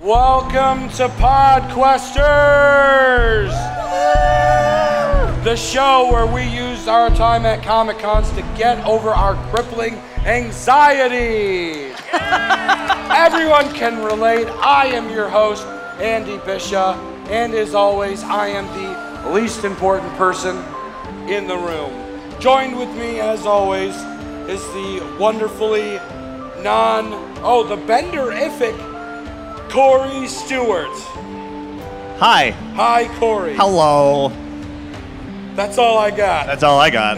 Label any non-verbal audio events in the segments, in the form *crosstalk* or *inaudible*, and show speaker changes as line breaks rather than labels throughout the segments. Welcome to Podquesters, the show where we use our time at Comic Cons to get over our crippling anxiety. Everyone can relate. I am your host, Andy Bisha, and as always, I am the least important person in the room. Joined with me, as always, is the wonderfully non oh the Benderific Corey Stewart.
Hi.
Hi, Corey.
Hello.
That's all I got.
That's all I
*laughs*
got.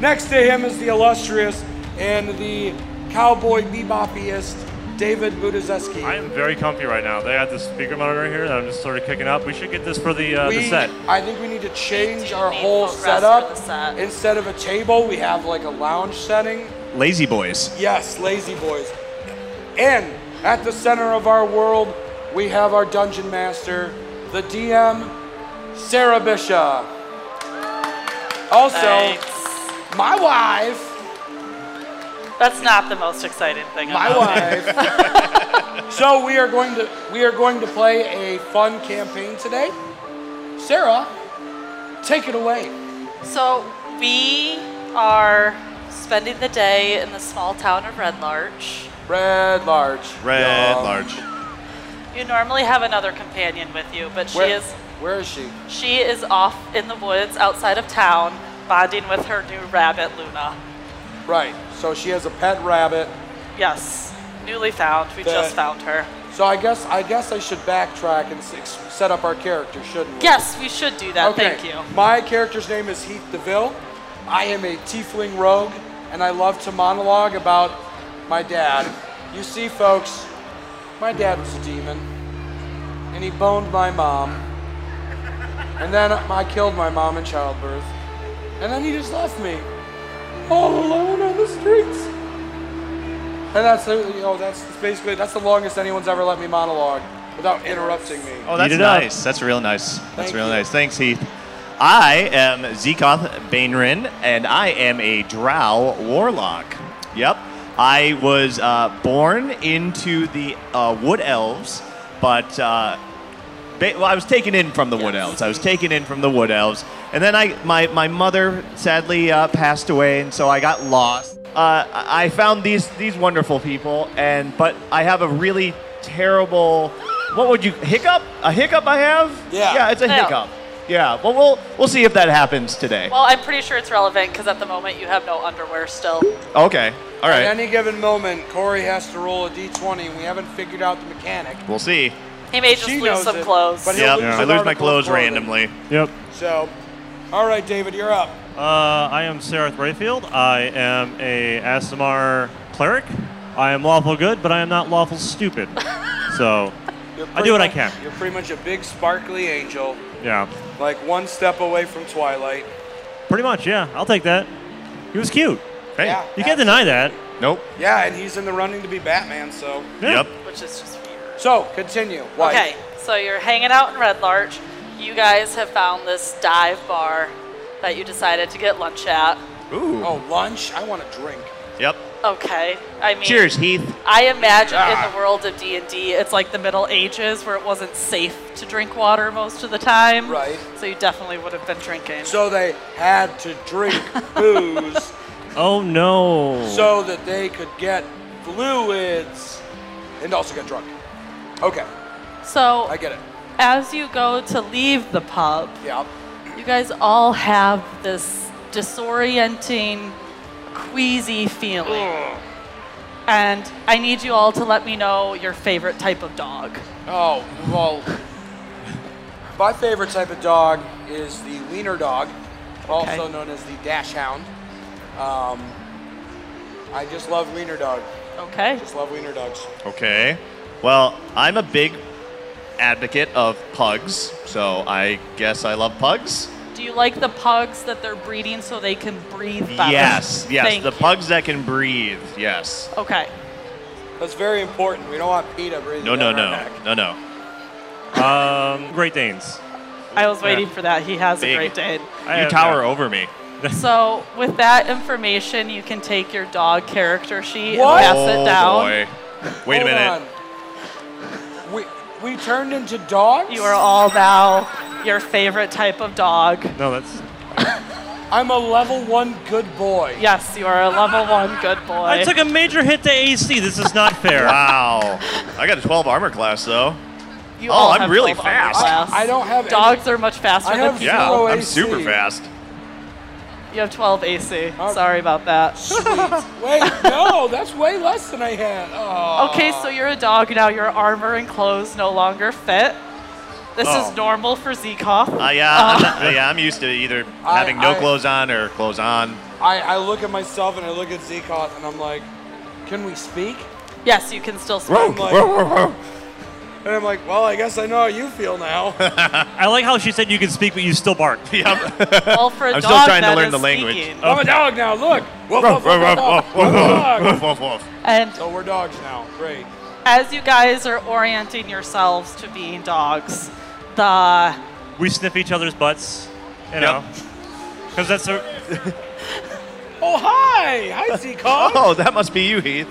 Next to him is the illustrious and the cowboy bebopiest David Budizeski.
I am very comfy right now. They have this speaker monitor here that I'm just sort of kicking up. We should get this for the, uh,
we,
the set.
I think we need to change
Do you
our
need
whole
full rest for
setup.
the set?
Instead of a table, we have like a lounge setting.
Lazy boys.
Yes, lazy boys. And at the center of our world, we have our dungeon master, the DM, Sarah Bisha. Also,
Thanks.
my wife.
That's not the most exciting thing.
my
about
wife. *laughs* so we are going to we are going to play a fun campaign today. Sarah, take it away.
it. So we are spending the day in the small town of Red Larch.
Red large.
Red
Yum.
large.
You normally have another companion with you, but she
Where,
is
where is she?
she is off in the woods outside of town, bonding with her new rabbit Luna.
Right. So she has a pet rabbit.
Yes, newly found. We
The-
just found her.
So I guess I guess I should backtrack and s- ex- set up our character, shouldn't we?
Yes, we should do that.
Okay.
Thank you.
My character's name is Heath DeVille. I am a tiefling rogue, and I love to monologue about my dad. You see, folks, my dad was a demon, and he boned my mom, and then I killed my mom in childbirth, and then he just left me all alone on the streets. And that's you know that's basically that's the longest anyone's ever let me monologue without interrupting me.
Oh, that's
Eat it up.
nice.
nice. That's real nice. That's
Thank
real
you.
nice. Thanks, Heath. I am Zekoth Bainrin, and I am a Drow warlock. Yep. I was uh, born into the uh, Wood Elves, but uh, ba- well, I was taken in from the Wood
Yes.
Elves. I was taken in from the Wood Elves, and then I my my mother sadly uh, passed away, and so I got lost. Uh, I I found these these wonderful people, and but I have a really terrible what would you hiccup a hiccup I have
Yeah.
yeah it's a
Yeah.
hiccup yeah well we'll we'll see if that happens today
Well, I'm pretty sure it's relevant because at the moment you have no underwear still.
okay all right
At any given moment, Corey has to roll a d20, and we haven't figured out the mechanic.
we'll see
He may just
She
lose
knows
some
it,
clothes.
but he'll
yep
lose
I
an
lose
article
my
of
clothes
clothing.
randomly
Yep.
So, all right, David, you're up.
Uh, I am Sarah Brayfield. I am a Asimar cleric. I am lawful good, but I am not lawful stupid. so,
You're
I do what I
pretty
can.
much- You're pretty much a big, sparkly angel,
yeah.
like one step away from Twilight.
Pretty much, yeah. I'll take that. He was cute.
hey
Yeah.
You can't deny that.
nope
Yeah, and he's in the running to be Batman. So,
Yeah.
yep
which is just weird.
so continue. Why?
Okay, so you're hanging out in Red Larch. You guys have found this dive bar that you decided to get lunch at.
ooh
Oh, lunch. I want a drink.
yep
Okay, I mean,
cheers Heath
I imagine
Ah.
in the world of D and D, it's like the Middle Ages where it wasn't safe to drink water most of the time.
Right.
So you definitely would have been drinking.
So they had to drink booze
Oh, no.
so that they could get fluids and also get drunk. Okay,
So
I get it.
as you go to leave the pub,
Yeah.
You guys all have this disorienting, queasy feeling. And I need you all to let me know your favorite type of dog.
Oh, well, my favorite type of dog is the wiener dog, also known as the dash hound. Um, I just love wiener dog.
Okay.
Just love wiener dogs.
okay well I'm a big advocate of pugs so I guess I love pugs
Do you like the pugs that they're breeding so they can breathe better?
yes yes
Thank
the
you.
pugs that can breathe yes
Okay.
That's very important. We don't want PETA breathing
no no
down our
no
neck.
no no
Um, Great Danes.
I was waiting for that. He has
Big.
a
*laughs*
great day.
I
you
have-
tower over me
So, with that information, you can take your dog character sheet
What?
and pass
oh
it down.
boy wait a
Hold
minute
on. We, We turned into dogs?
You are all now your favorite type of dog.
No, that's.
I'm a level one good boy.
*laughs* Yes, you are a level one good boy.
I took a major hit to AC. This is not fair.
*laughs*
Wow. I got a 12 armor class though.
You
Oh,
all
I'm
have
really
12 armor
fast.
class.
I don't have any-
Dogs are much faster
I
than
have
you.
Yeah,
Zero
I'm
AC.
super fast.
You have 12 AC. Sorry about that.
Wait, no, that's way less than I had. Oh.
Okay, so you're a dog now. Your armor and clothes no longer fit. This
Oh.
is normal for Zekoff.
Uh, yeah, I'm not- uh, yeah, I'm used to either
I-
having no
I-
clothes on or clothes on.
I, I look at myself and I look at Zekoth and I'm like, can we speak?
Yes, you can still
I'm
swim.
like, and I'm like, well, I guess I know how you feel
*laughs*
now.
I like how she said you can speak, but you still bark.
*laughs* *laughs* Yep.
Well, for a
I'm
dog,
still trying to
that
learn
is
the language.
speaking.
I'm a dog now. Look. Woof, woof, woof, woof, woof. I'm a dog.
Woof, woof, woof.
And
So we're dogs now. Great.
as you guys are orienting yourselves to being dogs, the
We sniff each other's butts, you
Yep.
know. Because that's a,
Oh hi, hi
*laughs*
Zekoth.
Oh, that must be you, Heath.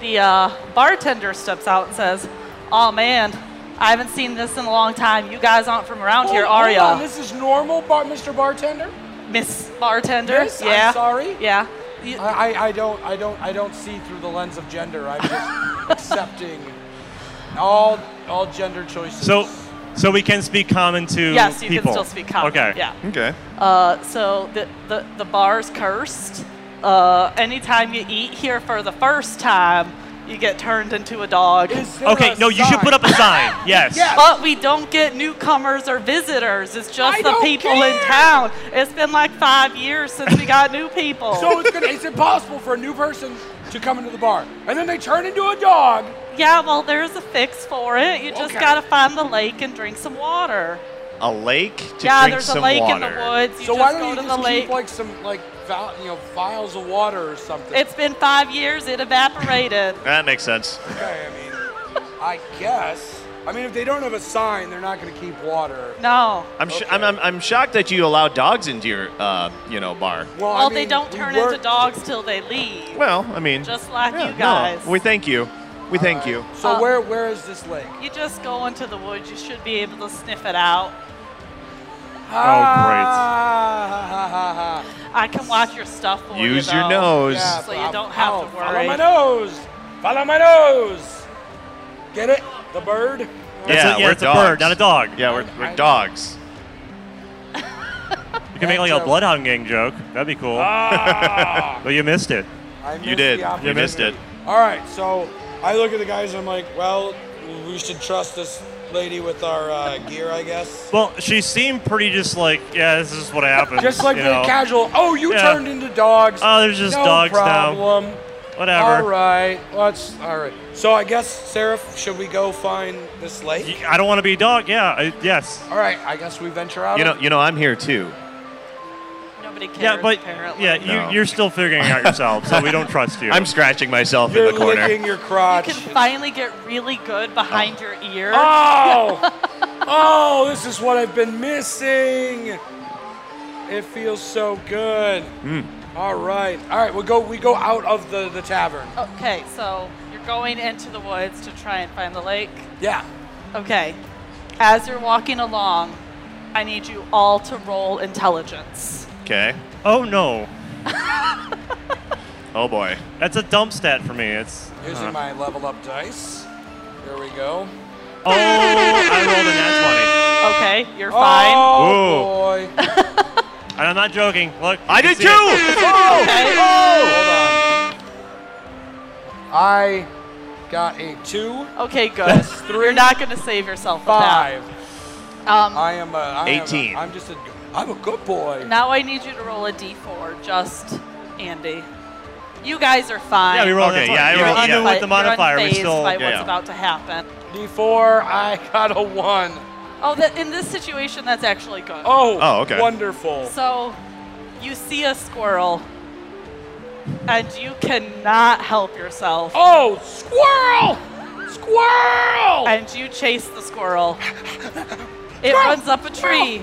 the uh, bartender steps out and says, "Oh man, I haven't seen this in a long time. You guys aren't from around here,
Oh, Hold-
are
hold on,
ya,
This is normal, bar- Mr. Bartender.
Miss Bartender?"
Miss, I'm
yeah.
sorry.
Yeah.
I, I, I don't I don't I don't see through the lens of gender. I'm just
*laughs*
accepting all all gender choices.
so so we can speak common to
Yes, you
people.
can still speak common.
Okay.
Yeah.
Okay.
Uh, so the, the, the bar's cursed. Uh, anytime you eat here for the first time, you get turned into a dog.
Is there
Okay.
a
No, you should
sign?
put up a
*laughs*
sign. Yes.
Yeah.
But we don't get newcomers or visitors. It's just
I
the
don't
people in
care.
town. It's been like five years since we got new people.
So it's gonna, it's impossible for a new person to come into the bar, and then they turn into a dog.
yeah, well, there's a fix for it. You just
Okay.
gotta find the lake and drink some water.
A lake to
yeah,
drink
there's
some
a lake
water.
in the woods. You
so
just
why
go
don't you
to the
just
lake.
keep like some like val- you know vials of water or something?
it's been five years. It evaporated.
That makes sense.
okay. I mean, I guess. I mean, if they don't have a sign, they're not gonna keep water.
no.
I'm, sh- I'm, I'm I'm shocked that you allow dogs into your uh, you know bar.
Well, I
Well, they
mean,
don't
we
turn
were-
into dogs till they leave.
Well, I mean,
Just like
yeah,
you
no,
guys.
we thank you. We thank you.
So
Uh,
where where is this lake?
You just go into the woods. You should be able to sniff it out. Oh,
Ah,
I can watch your stuff for you.
Use your
though.
nose.
Yeah,
So you
I'll-
don't have to
I'll Follow
worry.
my nose. Follow my nose. Get it? The bird.
That's
Yeah,
a,
we're
it's a bird,
dogs.
not a dog.
Yeah, we're, we're dogs.
You can make like a
Joke.
bloodhound gang joke. That'd be cool.
Ah.
but you missed it.
I missed
did.
the
You
opportunity.
missed it.
All right, so I look at the guys and I'm like, well, we should trust this lady with our uh, gear, I guess.
Well, she seemed pretty just like, yeah, this is what happens.
Just like
you
the
know.
casual. Oh, you
Yeah.
turned into dogs.
Oh, there's just
no
dogs now.
problem. All
Whatever.
right, let's. All right. So I guess, Seraph, should we go find this lake?
Y- I don't want to be a dog. Yeah. I, yes.
All right, I guess we venture out.
You know, you know, I'm here too.
Nobody cares.
Yeah, but
apparently.
yeah,
No.
you, you're still figuring it out yourself, so we
*laughs*
don't trust you.
I'm scratching myself
you're
in the corner.
licking your
You
crotch.
can finally get really good behind your ear.
Oh! *laughs* oh, this is what I've been missing. It feels so good.
Hmm.
All right. All right, we go we go out of the, the tavern.
Okay, so you're going into the woods to try and find the lake.
Yeah.
Okay. As you're walking along, I need you all to roll intelligence.
Okay.
oh no,
Oh boy.
that's a dump stat for me. It's
Uh-huh.
Using my leveled up dice. Here we go.
oh, I rolled a nat
Okay, you're fine.
Oh boy.
twenty, and I'm not joking. Look, you
I
can
did
see
too.
it.
Oh,
Okay.
Hold on. I got a two,
Okay, good. you You're
three.
not going to save yourself with that.
five.
Um,
I am a I am a-
18.
I'm just a I'm a good boy.
now I need you to roll a d4, just Andy. You guys are fine.
Yeah, we rolled. a
Okay,
nat 20.
yeah, I
You're
rolled-
even
yeah.
with the modifier.
You're
We
unfazed
still
by
yeah,
what's
yeah.
about to happen.
D four, I got a one.
Oh, that in this situation, that's actually good.
Oh,
Oh, okay.
wonderful.
So, you see a squirrel, and you cannot help yourself,
Oh, squirrel! Squirrel!
and you chase the
*laughs*
squirrel. It runs up a tree.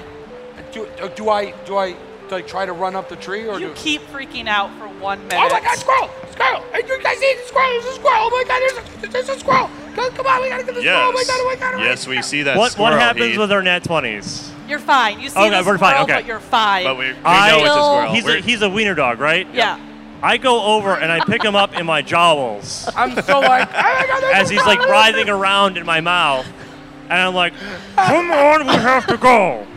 Do, uh, do I do I do I try to run up the tree or
You
do?
keep freaking out for one minute.
Oh my God! Squirrel! Squirrel! Hey, you guys see the Oh squirrel? Oh There's a squirrel! Oh my God! There's a, there's a squirrel! Go- Come on, we gotta get this
Yes.
Oh
ball. We gotta, we gotta.
yes, we see that
What, what
squirrel,
happens
Heath,
with our nat 20s?
You're fine. You see
Okay,
this
we're fine,
squirrel,
okay.
but you're fine.
But we, we
I-
know it's a
Still-
squirrel.
he's,
We're-
a, he's a wiener dog, right?
yeah.
I go over and I pick him up in my jowls
I'm so like, *laughs* oh my god, there's
as
a
he's like
ball.
writhing around in my mouth. And I'm like, come on, we have to go.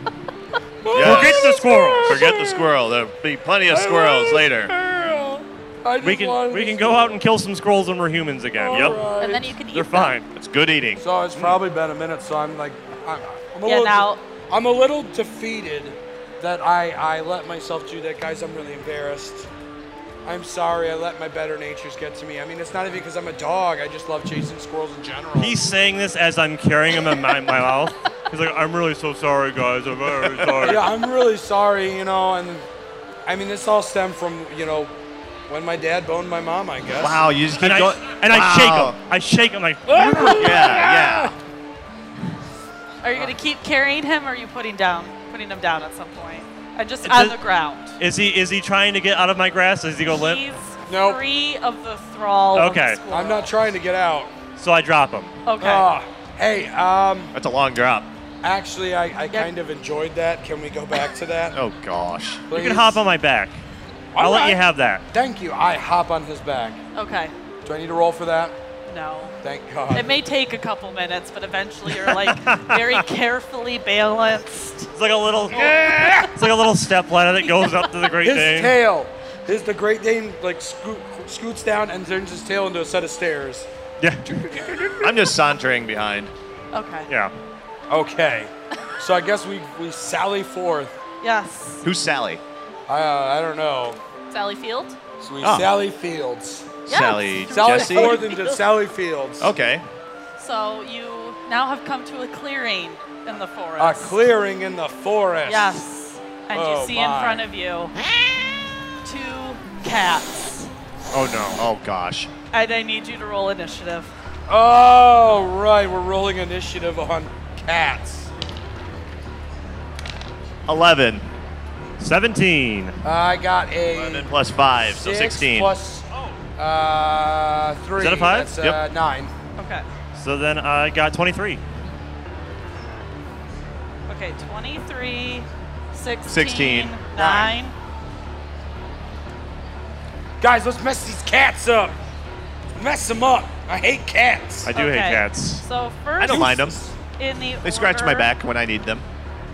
yeah.
Forget the squirrels.
Forget the squirrel. There'll be plenty of squirrels later.
I just
We can,
wanted
we
to
can
see
go out and kill some squirrels when we're humans again.
it.
Yep.
Alright.
And then you can eat
They're
them.
fine.
It's good eating.
So it's probably been a minute. So I'm like, I'm, I'm a
Yeah,
little,
now-
I'm a little defeated that I I let myself do that, guys. I'm really embarrassed. I'm sorry. I let my better natures get to me. I mean, it's not even because I'm a dog. I just love chasing squirrels in general.
He's saying this as I'm carrying him in my, my mouth. He's like, I'm really so sorry, guys. I'm very sorry.
yeah, I'm really sorry, you know, and I mean, this all stemmed from you know when my dad boned my mom, I guess.
Wow, you just keep
And I,
going.
and I
Wow.
shake him. I shake him like,
Yeah, yeah.
*laughs* Are you going to keep carrying him or are you putting down putting him down at some point? And just on
does-
the ground.
is he is he trying to get out of my grasp? Does he go limp?
He's
Nope.
free of the thrall.
Okay.
Of the
I'm not
squirrel.
trying to get out.
So I drop him.
Okay.
Ah, hey, um,
That's a long drop.
actually, I, I kind of enjoyed that. Can we go back to that?
Oh gosh.
Please?
You can hop on my back. I'll let
Alright.
you have that.
Thank you. I hop on his back.
okay.
Do I need to roll for that?
No.
Thank God.
It may take a couple minutes, but eventually you're
*laughs*
like very carefully balanced.
It's like a little, it's like a little step ladder that goes up
*laughs*
to the great
his
thing.
tail. His the Great Dane like scoot, scoots down and turns his tail into a set of stairs.
Yeah,
I'm just sauntering behind.
Okay.
yeah.
Okay.
*laughs*
so I guess we we sally forth.
Yes.
Who's Sally?
I uh, I don't know.
Sally Field?
So we
Oh.
sally fields.
Yes.
Sally
Sally
Jesse? *laughs*
forth into sally fields.
Okay.
So you now have come to a clearing in the forest.
A clearing in the forest.
Yes. And
Oh,
you see
my.
in front of you two cats.
Oh no. Oh gosh.
And I need you to roll initiative.
Oh right, we're rolling initiative on cats.
Eleven.
Seventeen.
I got a
Eleven plus five, so
six
sixteen.
plus uh, three.
that a five?
That's,
Yep.
uh, nine.
Okay.
So then I got twenty-three.
Okay, 23, 16,
16,
9.
Guys, let's mess these cats up. Mess them up. I hate cats.
I do hate
Okay.
cats.
So first
I don't mind them.
in the
They scratch my
order
back when I need
*laughs*
them.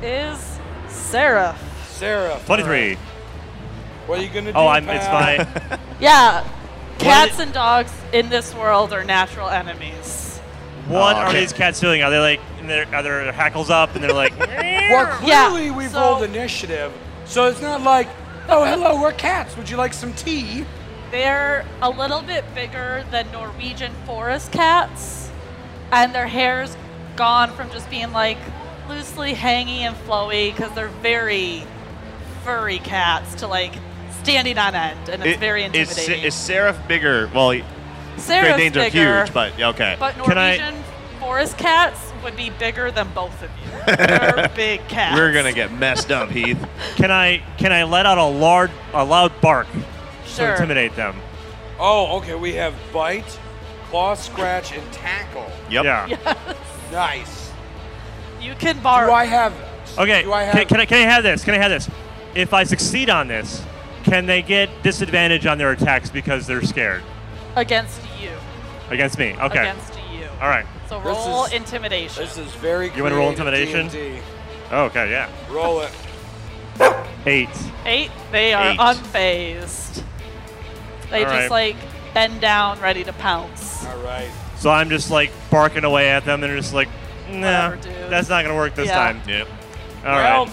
is Seraph.
Sarah.
Twenty-three.
What are you gonna do?
Oh, I'm. It's
pal?
Eh,
my.
Yeah. Cats
What-
and dogs in this world are natural enemies.
What
Oh,
are
okay.
these cats doing? Are they like? And they're, are their hackles up? And they're like. *laughs*
Well,
Yeah,
clearly we've
so-
rolled initiative, so it's not like, oh, hello, we're cats. Would you like some tea?
They're a little bit bigger than Norwegian forest cats, and their hair's gone from just being like loosely hangy and flowy because they're very furry cats to like standing on end, and it's
It-
very
is Se-
intimidating.
Is, Seraph bigger? Well, he- Great
Sarah's
Danes are
bigger,
huge, but yeah, okay.
but
Can I-
Norwegian forest cats would be bigger than both of
*laughs*
you. They're big cats.
We're gonna get messed up,
*laughs*
Heath.
Can I? Can I let out a large, a loud bark
sure.
to intimidate them?
Oh, okay. We have bite, claw, scratch, and tackle.
Yep.
Yeah.
Nice.
You can
Do
bark.
I have?
Okay.
Do I have?
can, can I? Can I have this? Can I have this? If I succeed on this, can they get disadvantage on their attacks because they're scared
against you.
against me? Okay.
Against you.
All right.
So
This
roll
is-
intimidation.
this is very.
You wanna roll
creative
intimidation?
D&D.
Oh, okay. Yeah.
Roll it.
Eight.
Eight. They are
Eight.
unfazed. They
All
just
right.
like bend down, ready to pounce.
All right.
So I'm just like barking away at them. They're just like, nah,
Whatever, dude."
that's not gonna work this
Yeah.
time.
Yep.
All
well,
right.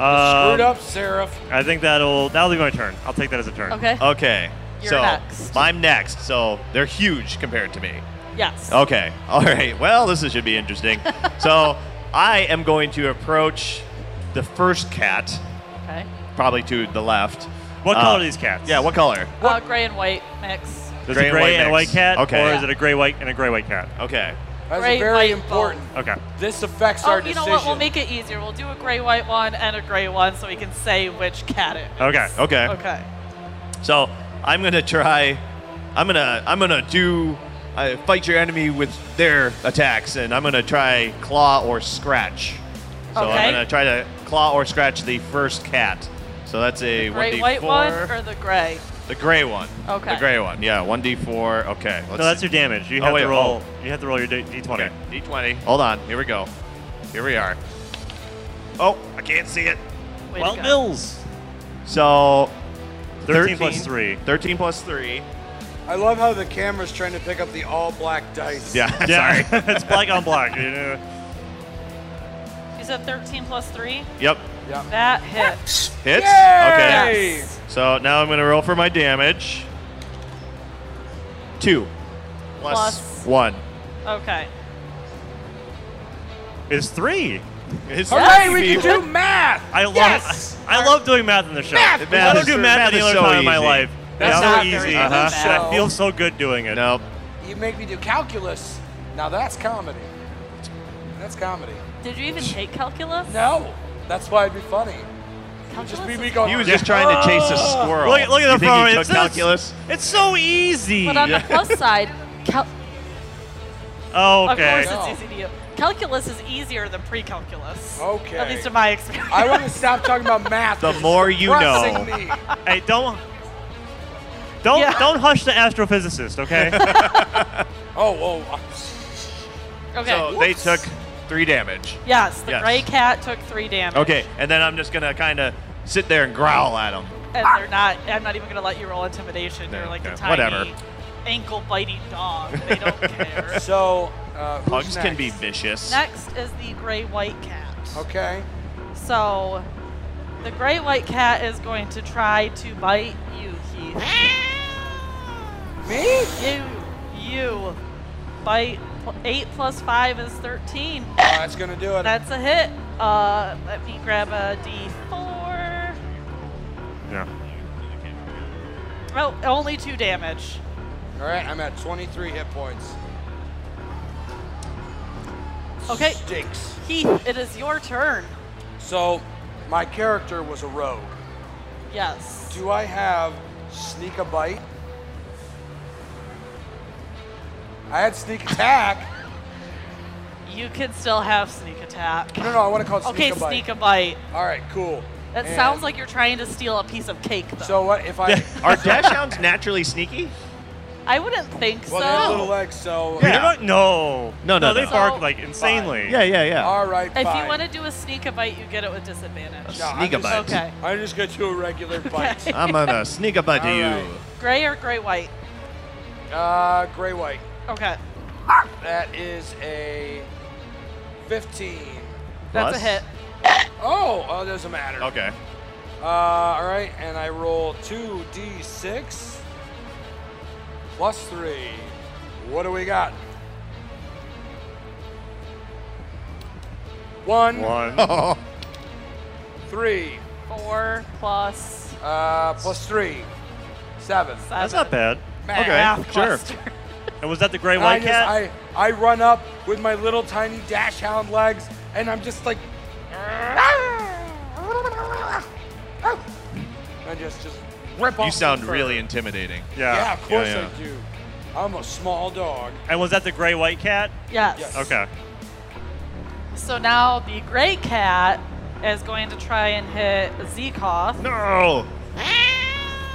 Um,
screwed up, Seraph.
I think that'll that'll be my turn. I'll take that as a turn.
Okay.
Uh,
Okay.
You're
so
next.
I'm next. So they're huge compared to me.
yes.
uh, *laughs*
Okay. All right. Well, this is- should be
*laughs*
interesting. so I am going to approach the first cat,
Okay.
probably to the left.
What
Uh,
color are these cats?
Yeah. What color?
Uh, gray and white mix.
There's
Gray
a
and
gray
white
and a white
mix.
cat,
Okay.
or is it a gray white and a gray white cat?
Okay.
That's
Great
very
white
important.
Okay.
This affects
Oh,
our
you
decision.
know what? We'll make it easier. We'll do a gray white one and a gray one so we can say which cat it is.
Okay.
Okay.
Okay.
So I'm gonna try. I'm gonna. I'm gonna do.
I uh, fight your enemy with their attacks, and I'm gonna try claw or scratch. So
Okay.
I'm gonna try to claw or scratch the first cat. So that's a
Great
1d4.
white one or the gray?
the gray one.
Okay.
The gray one. Yeah, 1d4. Okay. Let's
No, that's your damage. You
Oh,
have
wait,
to roll. You have to roll your d- d20.
Okay, d20. Hold on. Here we go. Here we are. Oh, I can't see it.
Way to
Well,
go.
Mills.
So
13 plus 3.
13 plus 3.
I love how the camera's trying to pick up the all black dice.
Yeah, *laughs*
Yeah,
sorry.
*laughs* it's black on black. You know.
You said 13 plus 3?
Yep.
Yeah.
That hit.
Hits.
Yay!
Okay.
Yes.
So now I'm going to roll for my damage. 2 plus,
Plus.
1.
Okay.
It's 3.
It's
All right, we can *laughs*
people.
do math.
I love
Yes!
I love doing math in the show.
Math!
Math
I
is-
don't do math,
math
any
is
other
so
time in my
easy.
life.
That's
it's
not
so
very
easy.
good
Uh-huh.
math.
I feel so good doing it.
Nope.
You make me do calculus. Now that's comedy. That's comedy.
Did you even take calculus?
No, that's why it'd be funny.
Calculus
Just leave me
is-
going. "Ah."
He was just trying to chase a squirrel.
Look, look
you
at the
think
phone.
He took
It's, it's-
calculus.
it's so easy.
But on the plus side, cal-
oh,
of
okay.
course
No.
it's easy to you. Calculus is easier than pre-calculus.
Okay.
At least in my experience.
I want to stop talking about math.
The
It's
more you
depressing
know.
Me.
Hey, don't don't
Yeah.
don't hush the
*laughs*
astrophysicist, okay?
Oh, oh.
*laughs* okay.
So they took 3 damage.
Yes, the
Yes.
gray cat took three damage.
Okay, and then I'm just gonna kind of sit there and growl at him.
And they're not. I'm not even gonna let you roll intimidation. You're
No,
like
no,
a tiny
whatever.
ankle biting dog.
*laughs*
They don't care.
So, uh, who's
Pugs can
next?
be vicious.
Next is the gray white cat.
Okay.
So, the gray white cat is going to try to bite you,
*laughs*
Heath.
Me?
You, you, bite. pl- Eight plus five is thirteen.
Uh, it's gonna do it.
That's a hit. Uh, let me grab a d4.
yeah.
Oh, only two damage.
All right, I'm at 23 hit points.
Okay,
Stinks.
Heath, it is your turn.
So, my character was a rogue.
Yes.
Do I have sneak a bite? I had sneak attack.
You can still have sneak attack.
No, no, I want to call it sneak
okay,
a bite.
sneak a bite.
All right, cool.
That
And
sounds like you're trying to steal a piece of cake, though.
So what if I?
*laughs* Are dashhounds naturally sneaky?
I wouldn't
*laughs*
think
well, they have little
so.
legs, so.
Yeah.
They're not- no.
No, no,
they
no.
bark
So-
like insanely.
Yeah, yeah, yeah.
All right,
If
fine.
you want to do a sneak a bite, you get it with disadvantage.
No, I'm
Sneak
just-
a bite.
Okay.
I'm just gonna do a
*laughs*
regular bite.
I'm gonna sneak up onto
All
you.
right.
Gray or gray white?
Uh, gray white.
Okay.
That is a 15.
That's a
Plus?
hit.
Oh, oh, doesn't matter.
Okay.
Uh, all right, and I roll 2d6 plus 3. What do we got? One,
One.
Oh,
three,
Four plus
uh, plus three, seven.
seven.
That's not bad.
Man.
Okay.
Math
sure.
cluster.
And was that the gray
And I
white
just
cat?
I, I run up with my little tiny dash hound legs, and I'm just like, *laughs* I just just rip off.
you sound
some fur.
really intimidating.
yeah.
Yeah, of course
yeah.
I do. I'm a small dog.
And was that the gray white cat?
yes.
Yes.
Okay.
So now the gray cat is going to try and hit Zekoth
No.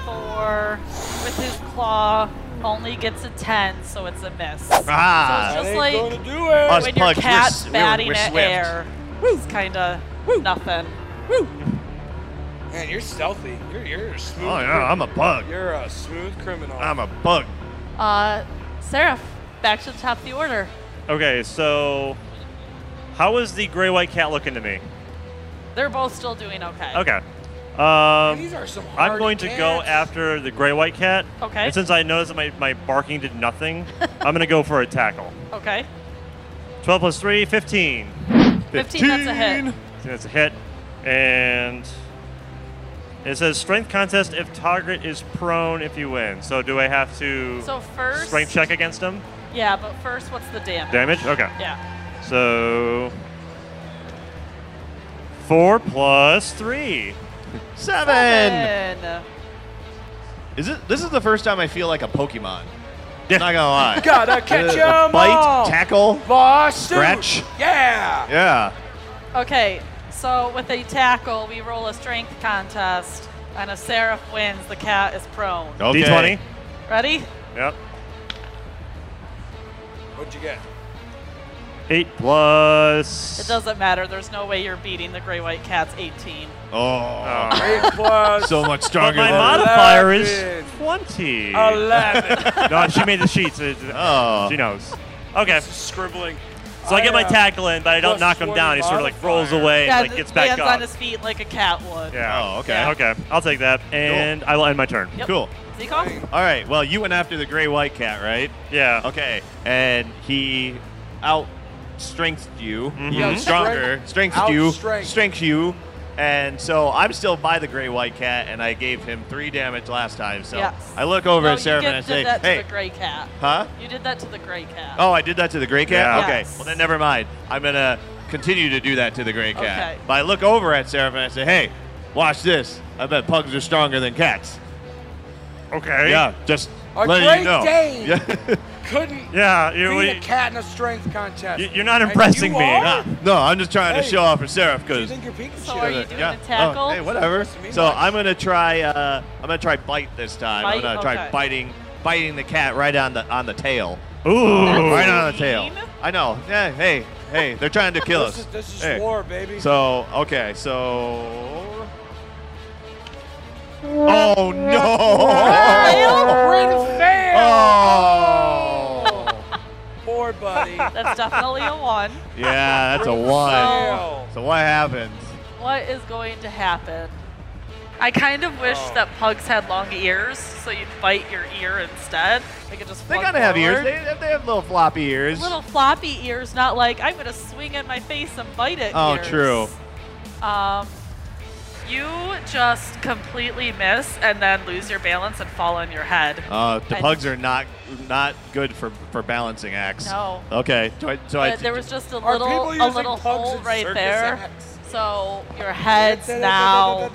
for with his claw. Only gets a ten, so it's a miss.
Ah.
I
so it's just
ain't
like
gonna do it.
Us
when
pugs,
your
we're
cat's
s- we're-
batting
we're
at
swift.
air, it's kind of nothing.
Man, you're stealthy. You're you're a smooth.
Oh yeah, I'm a bug.
cri- You're a smooth criminal.
I'm a bug.
Uh, Seraph, back to the top of the order.
Okay, so how is the gray white cat looking to me?
They're both still doing okay.
Okay.
These
Um,
are some.
I'm
hardy
going to go
cats.
after the gray white cat.
Okay.
And since I noticed that my, my barking
*laughs*
did nothing, I'm going to go for a tackle.
Okay.
12 plus 3, 15.
15, that's a hit.
15.
I think that's a hit. And it says strength contest if target is prone if you win. So do I have to
So first.
strength check against him?
Yeah, but first, what's the damage?
Damage? Okay.
Yeah.
So 4 plus 3.
Seven.
Seven.
Is it? This is the first time I feel like a Pokemon. Not gonna lie.
Gotta catch 'em all.
Bite, tackle.
Boss, dude.
Scratch.
Yeah.
Yeah.
Okay, so with a tackle, we roll a strength contest, and if Seraph wins, the cat is prone.
Okay.
D20.
Ready?
Yep.
What'd you get?
Eight plus.
It doesn't matter. There's no way you're beating the gray white cat's 18.
Oh,
*laughs* Eight plus
so much
But
stronger.
my
than
modifier is
Eleven.
20.
eleven.
*laughs* no, she made the sheets. It-
Oh.
She knows. Okay.
Scribbling.
So I get my
uh,
tackle in, but I don't
plus
knock him
20
down. He sort of like rolls
modifier.
away and like
and
gets back
lands
up.
on his feet like a cat would.
yeah.
Oh, okay.
Yeah.
Okay. I'll take that, and I will end my turn.
Yep.
Cool.
Zico?
All right. Well, you went after the gray white cat, right?
Yeah.
Okay. And he out strengthed you. He
Mm-hmm. Yeah,
was stronger.
strength-
Strengthed you.
outstrength.
Strength you. And so I'm still by the gray white cat, and I gave him three damage last time. So
Yes.
I look over
No,
at Sarah
you
and
did,
I
did
say,
that
"Hey,
to the gray cat.
huh?
You did that to the gray cat.
Oh, I did that to the gray cat.
Yeah.
Okay.
Yes.
Well, then never mind. I'm gonna continue to do that to the gray cat.
Okay.
But I look over at Seraph and I say, "Hey, watch this. I bet pugs are stronger than cats."
Okay.
Yeah. Just
A
letting
great
you know.
Dane.
Yeah.
Couldn't
Yeah. You,
beat
we,
a cat in a strength contest.
you- you're not
And
impressing
you
me.
are?
Nah, *laughs* no, I'm just trying to
Hey.
show off for Seraph
Do you
because.
think you're Pikachu?
So are you doing
Yeah.
a tackle?
Oh, hey, whatever.
Supposed to be
So
nice.
I'm gonna try. Uh, I'm gonna try bite this time. I'm
Bite?
gonna try
Okay.
biting, biting the cat right on the on the tail.
Ooh.
Right on the tail.
mean.
I know. Yeah. Hey. Hey. They're trying to kill us.
This is, this is
Hey.
war, baby.
So okay, so. Oh no!
Oh.
Grand fail.
Oh!
Poor buddy.
That's definitely a one.
Yeah, that's a one.
Fail.
So what happens?
What is going to happen? I kind of wish
Oh.
that pugs had long ears, so you'd bite your ear instead. They could just
They
flung
gotta have ears.
forward.
They, they have little floppy ears.
little floppy ears, not like I'm gonna swing at my face and bite it.
Oh,
ears.
true.
Um, you just completely miss and then lose your balance and fall on your head.
Uh, the
I-
pugs are not not good for, for balancing acts.
No.
Okay. Do I, so I,
But there was just a
Are
little,
people
a
using
little
pugs
hole
in
right
circus
there.
acts?
So your
*laughs*
head's now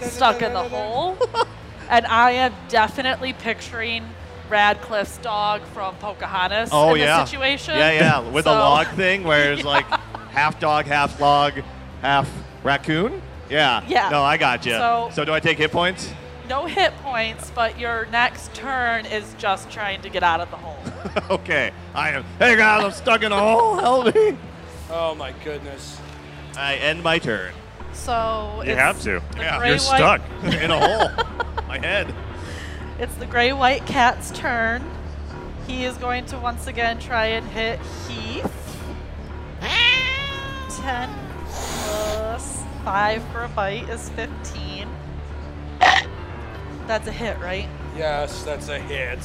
stuck in the hole, *laughs* and I am definitely picturing Radcliffe's dog from Pocahontas
oh
in
yeah.
this situation.
Yeah, yeah. With
So-
a log thing where
*laughs*
it's like half dog, half log, half raccoon. Yeah.
Yeah.
No, I got you.
So-
do I take hit points? *laughs*
No hit points, but your next turn is just trying to get out of the hole.
okay. I am. Hey guys, I'm stuck in a hole. Help me.
Oh my goodness.
I end my turn *laughs*
*laughs* So
You
it's
have to.
the
Yeah.
gray
You're
white,
stuck.
in a
*laughs*
hole. My head.
It's the gray white cat's turn. He is going to once again try and hit Heath. Ten plus five for a bite is fifteen. That's a hit, right?
Yes, that's a hit.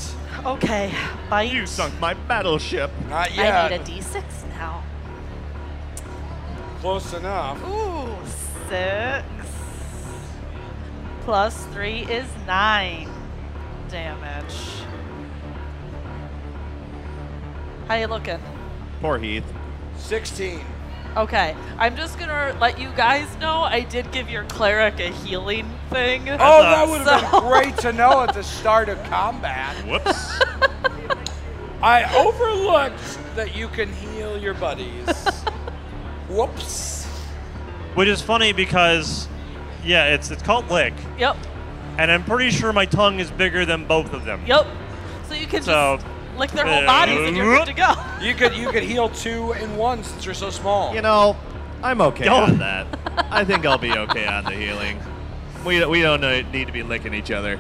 Okay, bite.
You sunk my battleship.
Not
I
yet.
need a d6 now.
Close enough.
Ooh, six plus three is nine damage. How you looking?
Poor Heath.
16.
Okay, I'm just gonna let you guys know I did give your cleric a healing thing.
Oh, that would have
So- *laughs*
been great to know at the start of combat.
Whoops.
I overlooked that you can heal your
*laughs*
buddies. Whoops.
*laughs* Which is funny because, yeah, it's it's called lick,
Yep,
and I'm pretty sure my tongue is bigger than both of them.
yep. So you can
So-
just lick their whole bodies and you're good
*laughs*
to go.
You could you could heal two in one since you're so small.
You know, I'm okay
Don't.
on that. I think I'll be okay on the healing. We, we don't uh, need to be licking each other.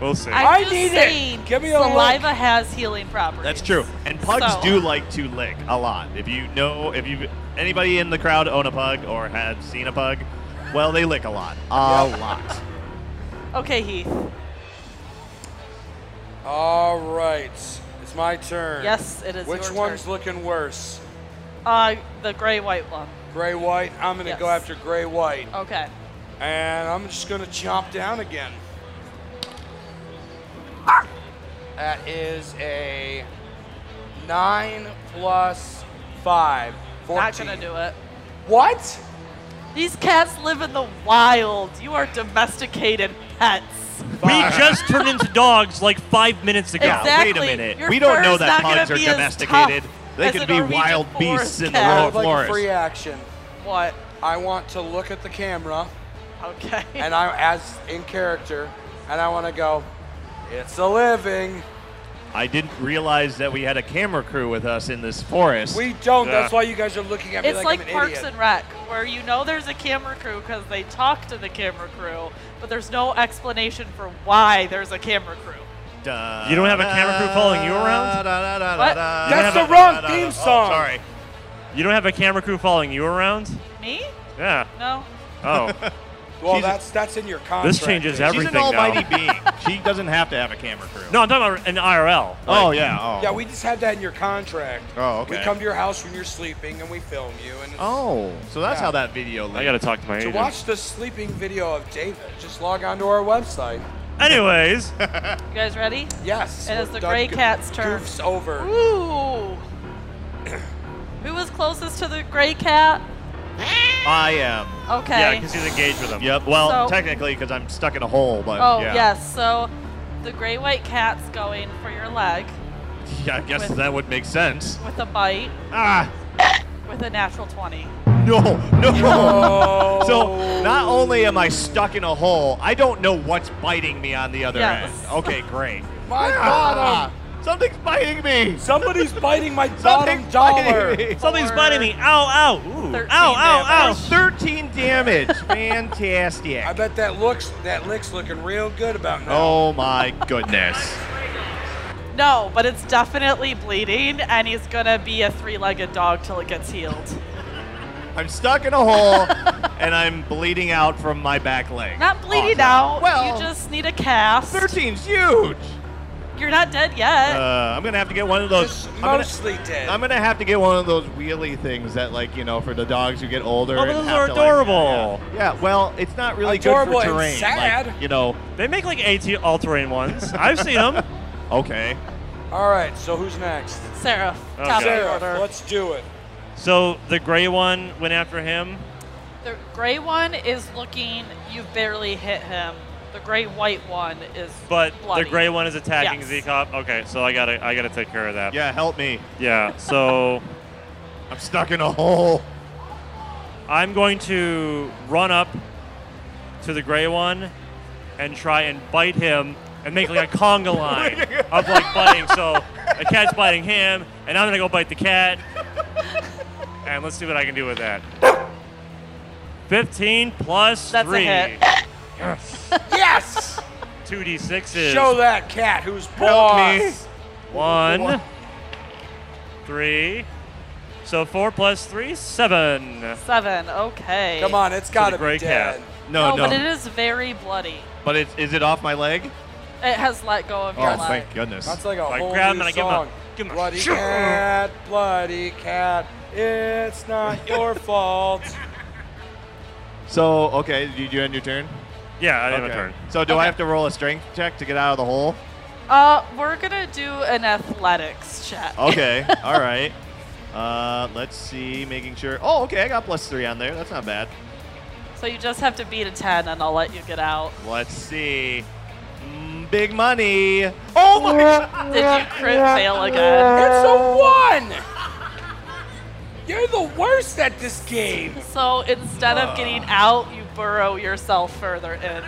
We'll see.
I'm
I
just
need it.
saying,
Give me a
saliva has healing properties.
That's true. And pugs
So-
do like to lick a lot. If you know, if you anybody in the crowd own a pug or have seen a pug, well, they lick a lot, a lot.
Okay, Heath.
All right. It's my turn.
Yes, it is
Which
your
one's
turn.
looking worse?
Uh, the gray white one.
Gray White. I'm going to go
Yes.
after Gray White.
Okay.
And I'm just going to chomp down again. That is a 9 plus 5. 14.
Not gonna do it.
What?
These cats live in the wild. You are domesticated pets.
We just turned into dogs like five minutes ago.
Exactly.
Wait a minute.
Your
we don't
fur's
know that
not gonna
pugs are
be as
domesticated.
tough
They
as
could
a
be
Norwegian
wild
forest
beasts in
cat.
I
the
would like a
lower forest.
free action.
What?
I want to look at the camera
Okay.
and I as in character and I want to go it's a living.
I didn't realize that we had a camera crew with us in this forest.
We don't. That's
Yeah.
why you guys are looking at me
it's
like,
like
I'm an
Parks
idiot.
and Rec, where you know there's a camera crew because they talk to the camera crew, but there's no explanation for why there's a camera crew.
You
You don't have a camera crew following you around?
What?
That's
have
the wrong theme song.
Oh, sorry.
You don't have a camera crew following you around?
Me?
Yeah.
No.
Oh,
Well,
She's-
that's that's in your contract.
this changes
She's
everything
an almighty
now.
being.
*laughs*
She doesn't have to have a camera crew.
No, I'm talking about an IRL.
Oh
Like,
yeah. Oh.
Yeah, we just have that in your contract.
Oh, okay.
We come to your house when you're sleeping and we film you. And it's-
Oh, so that's
Yeah.
how that video.
I
Linked.
gotta talk to my
to
agent.
watch the sleeping video of David, just log on to our website.
*laughs*
Anyways,
You guys ready?
Yes.
It is
we're
the
done
gray
go-
cat's turn.
Goofs over.
Ooh. Who was closest to the gray cat?
I am.
yeah,
Okay.
because he's engaged with him.
Yep. Well,
So-
technically, because I'm stuck in a hole, but
oh,
yeah.
yes. So the gray white cat's going for your leg
Yeah, I guess
With-
that would make sense.
with a bite
Ah,
with a natural 20.
no, no.
Oh.
*laughs* so not only am I stuck in a hole, I don't know what's biting me on the other
Yes.
end. Okay, great. Ah,
my uh, bottom.
Something's biting me.
*laughs*
Somebody's biting my bottom
Something's
dollar.
biting me.
Something's
Or-
biting me. Ow, ow. Ooh. Ow,
13 damage.
ow, ow.
13 *laughs* damage. Fantastic.
I bet that looks that lick's looking real good about now.
Oh my goodness.
No, but it's definitely bleeding, and he's gonna be a three-legged dog till it gets healed.
I'm stuck in a hole and I'm bleeding out from my back leg.
Not
Awesome.
bleeding out.
Oh, Well,
you just need a cast.
13's huge.
You're not dead
Uh,
yet.
I'm gonna have to get one of those.
Just
I'm gonna-
mostly dead.
I'm gonna have to get one of those wheelie things that, like, you know, for the dogs who get older.
Oh, but
and
those
have
are
to,
adorable.
Like, yeah. yeah, well, it's not really
Adorable
good
and
for terrain. like,
sad.
you know.
They make like AT all-terrain ones. I've seen them.
Okay.
All right. So who's next?
Seraph,
Okay.
top of
Sarah.
the order.
Let's do it.
So the gray one went after him.
The gray one is looking. You barely hit him. The gray white one is.
But
bloody.
the gray one is attacking
Yes.
Z Cop. Okay, so I gotta I gotta take care of that.
Yeah, help me.
Yeah. So
I'm stuck in a hole.
I'm going to run up to the gray one and try and bite him and make like a conga line of like biting. So a cat's biting him, and I'm gonna go bite the cat. And let's see what I can do with that. 15 plus
That's a
3.
hit.
Yes.
Yes.
2d6s.
Show that cat who's
Help
boss.
me.
One, three. So four plus three, seven.
Seven. Okay.
Come on, it's got to
gray
be dead.
cat.
No,
no,
no.
but it is very bloody.
But it's, is it off my leg?
It has let go of your
Oh,
leg.
thank goodness.
That's like a
I
whole
grab
new
him and I give him a-
song.
give him a
bloody
shoo.
cat, bloody cat, it's
*laughs*
not your fault.
so, okay, did you end your turn?
Yeah, I have
okay.
a turn.
So, do I
Okay.
have to roll a strength check to get out of
*laughs*
the hole?
Uh, we're gonna do an athletics check.
Okay, all right. Uh, let's see, making sure. Oh, okay, I got plus three on there. That's not bad.
*laughs* So you just have to beat a ten, and I'll let you get out.
Let's see. Mm, big money.
*laughs*
Oh my god.
Did you crit fail again?
It's a one. You're the worst at this game.
So instead of getting
Ah.
out, you burrow yourself further in.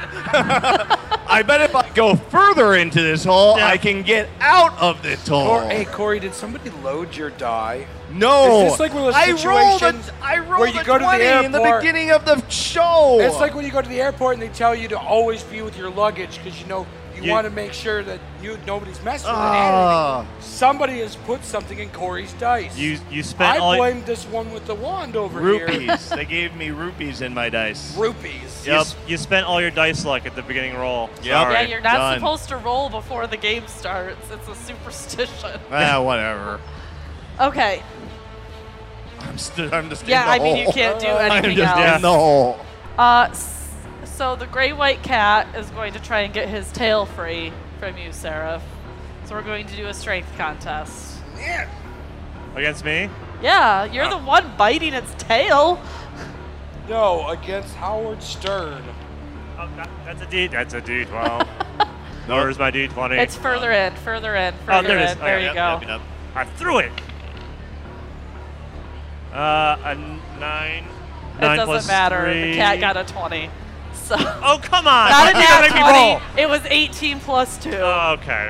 I bet if I go further into this hole,
Yeah.
I can get out of this hole.
Cor- hey Corey, did somebody load your die?
no.
Is this like one of those
I rolled a,
situations
I rolled
where you
a
go to the
20 in the
airport-
beginning of the show.
It's like when you go to the airport and they tell you to always be with your luggage because you know you,
You-
want to make sure that you nobody's messing with it.
Ah.
And Somebody has put something in Corey's dice.
You you spent
I
all
blamed this one with the wand over here.
rupees. they gave me rupees in my dice.
Rupees.
you,
Yep.
s- you spent all your dice luck at the beginning roll.
Yep.
Sorry.
yeah,
Alright,
you're not
done.
supposed to roll before the game starts. It's a superstition.
ah, whatever.
Okay.
I'm, st- I'm just
Yeah, I
in the
mean you
hole.
can't
*laughs*
*laughs*
do
I'm
anything
just
else.
in the hole.
Uh, s- so the gray white cat is going to try and get his tail free from you, Seraph. So we're going to do a strength contest.
Yeah.
Against me?
Yeah, you're the
Ah.
one biting its tail.
No, against Howard Stern.
*laughs* Oh, that, that's a D. That's a D12.
No.
Where's my d20?
It's further in, further in, further
Oh, there
in.
it is.
There
Okay,
you
yeah,
go.
Yep, yep.
I threw it. Uh, a n- nine.
it
nine plus
doesn't matter.
Three.
The cat got a 20. So *laughs*
Oh come on!
not
*laughs* You
a
gotta make me
nat
roll.
20. It was 18 plus 2.
Uh.
Oh, okay.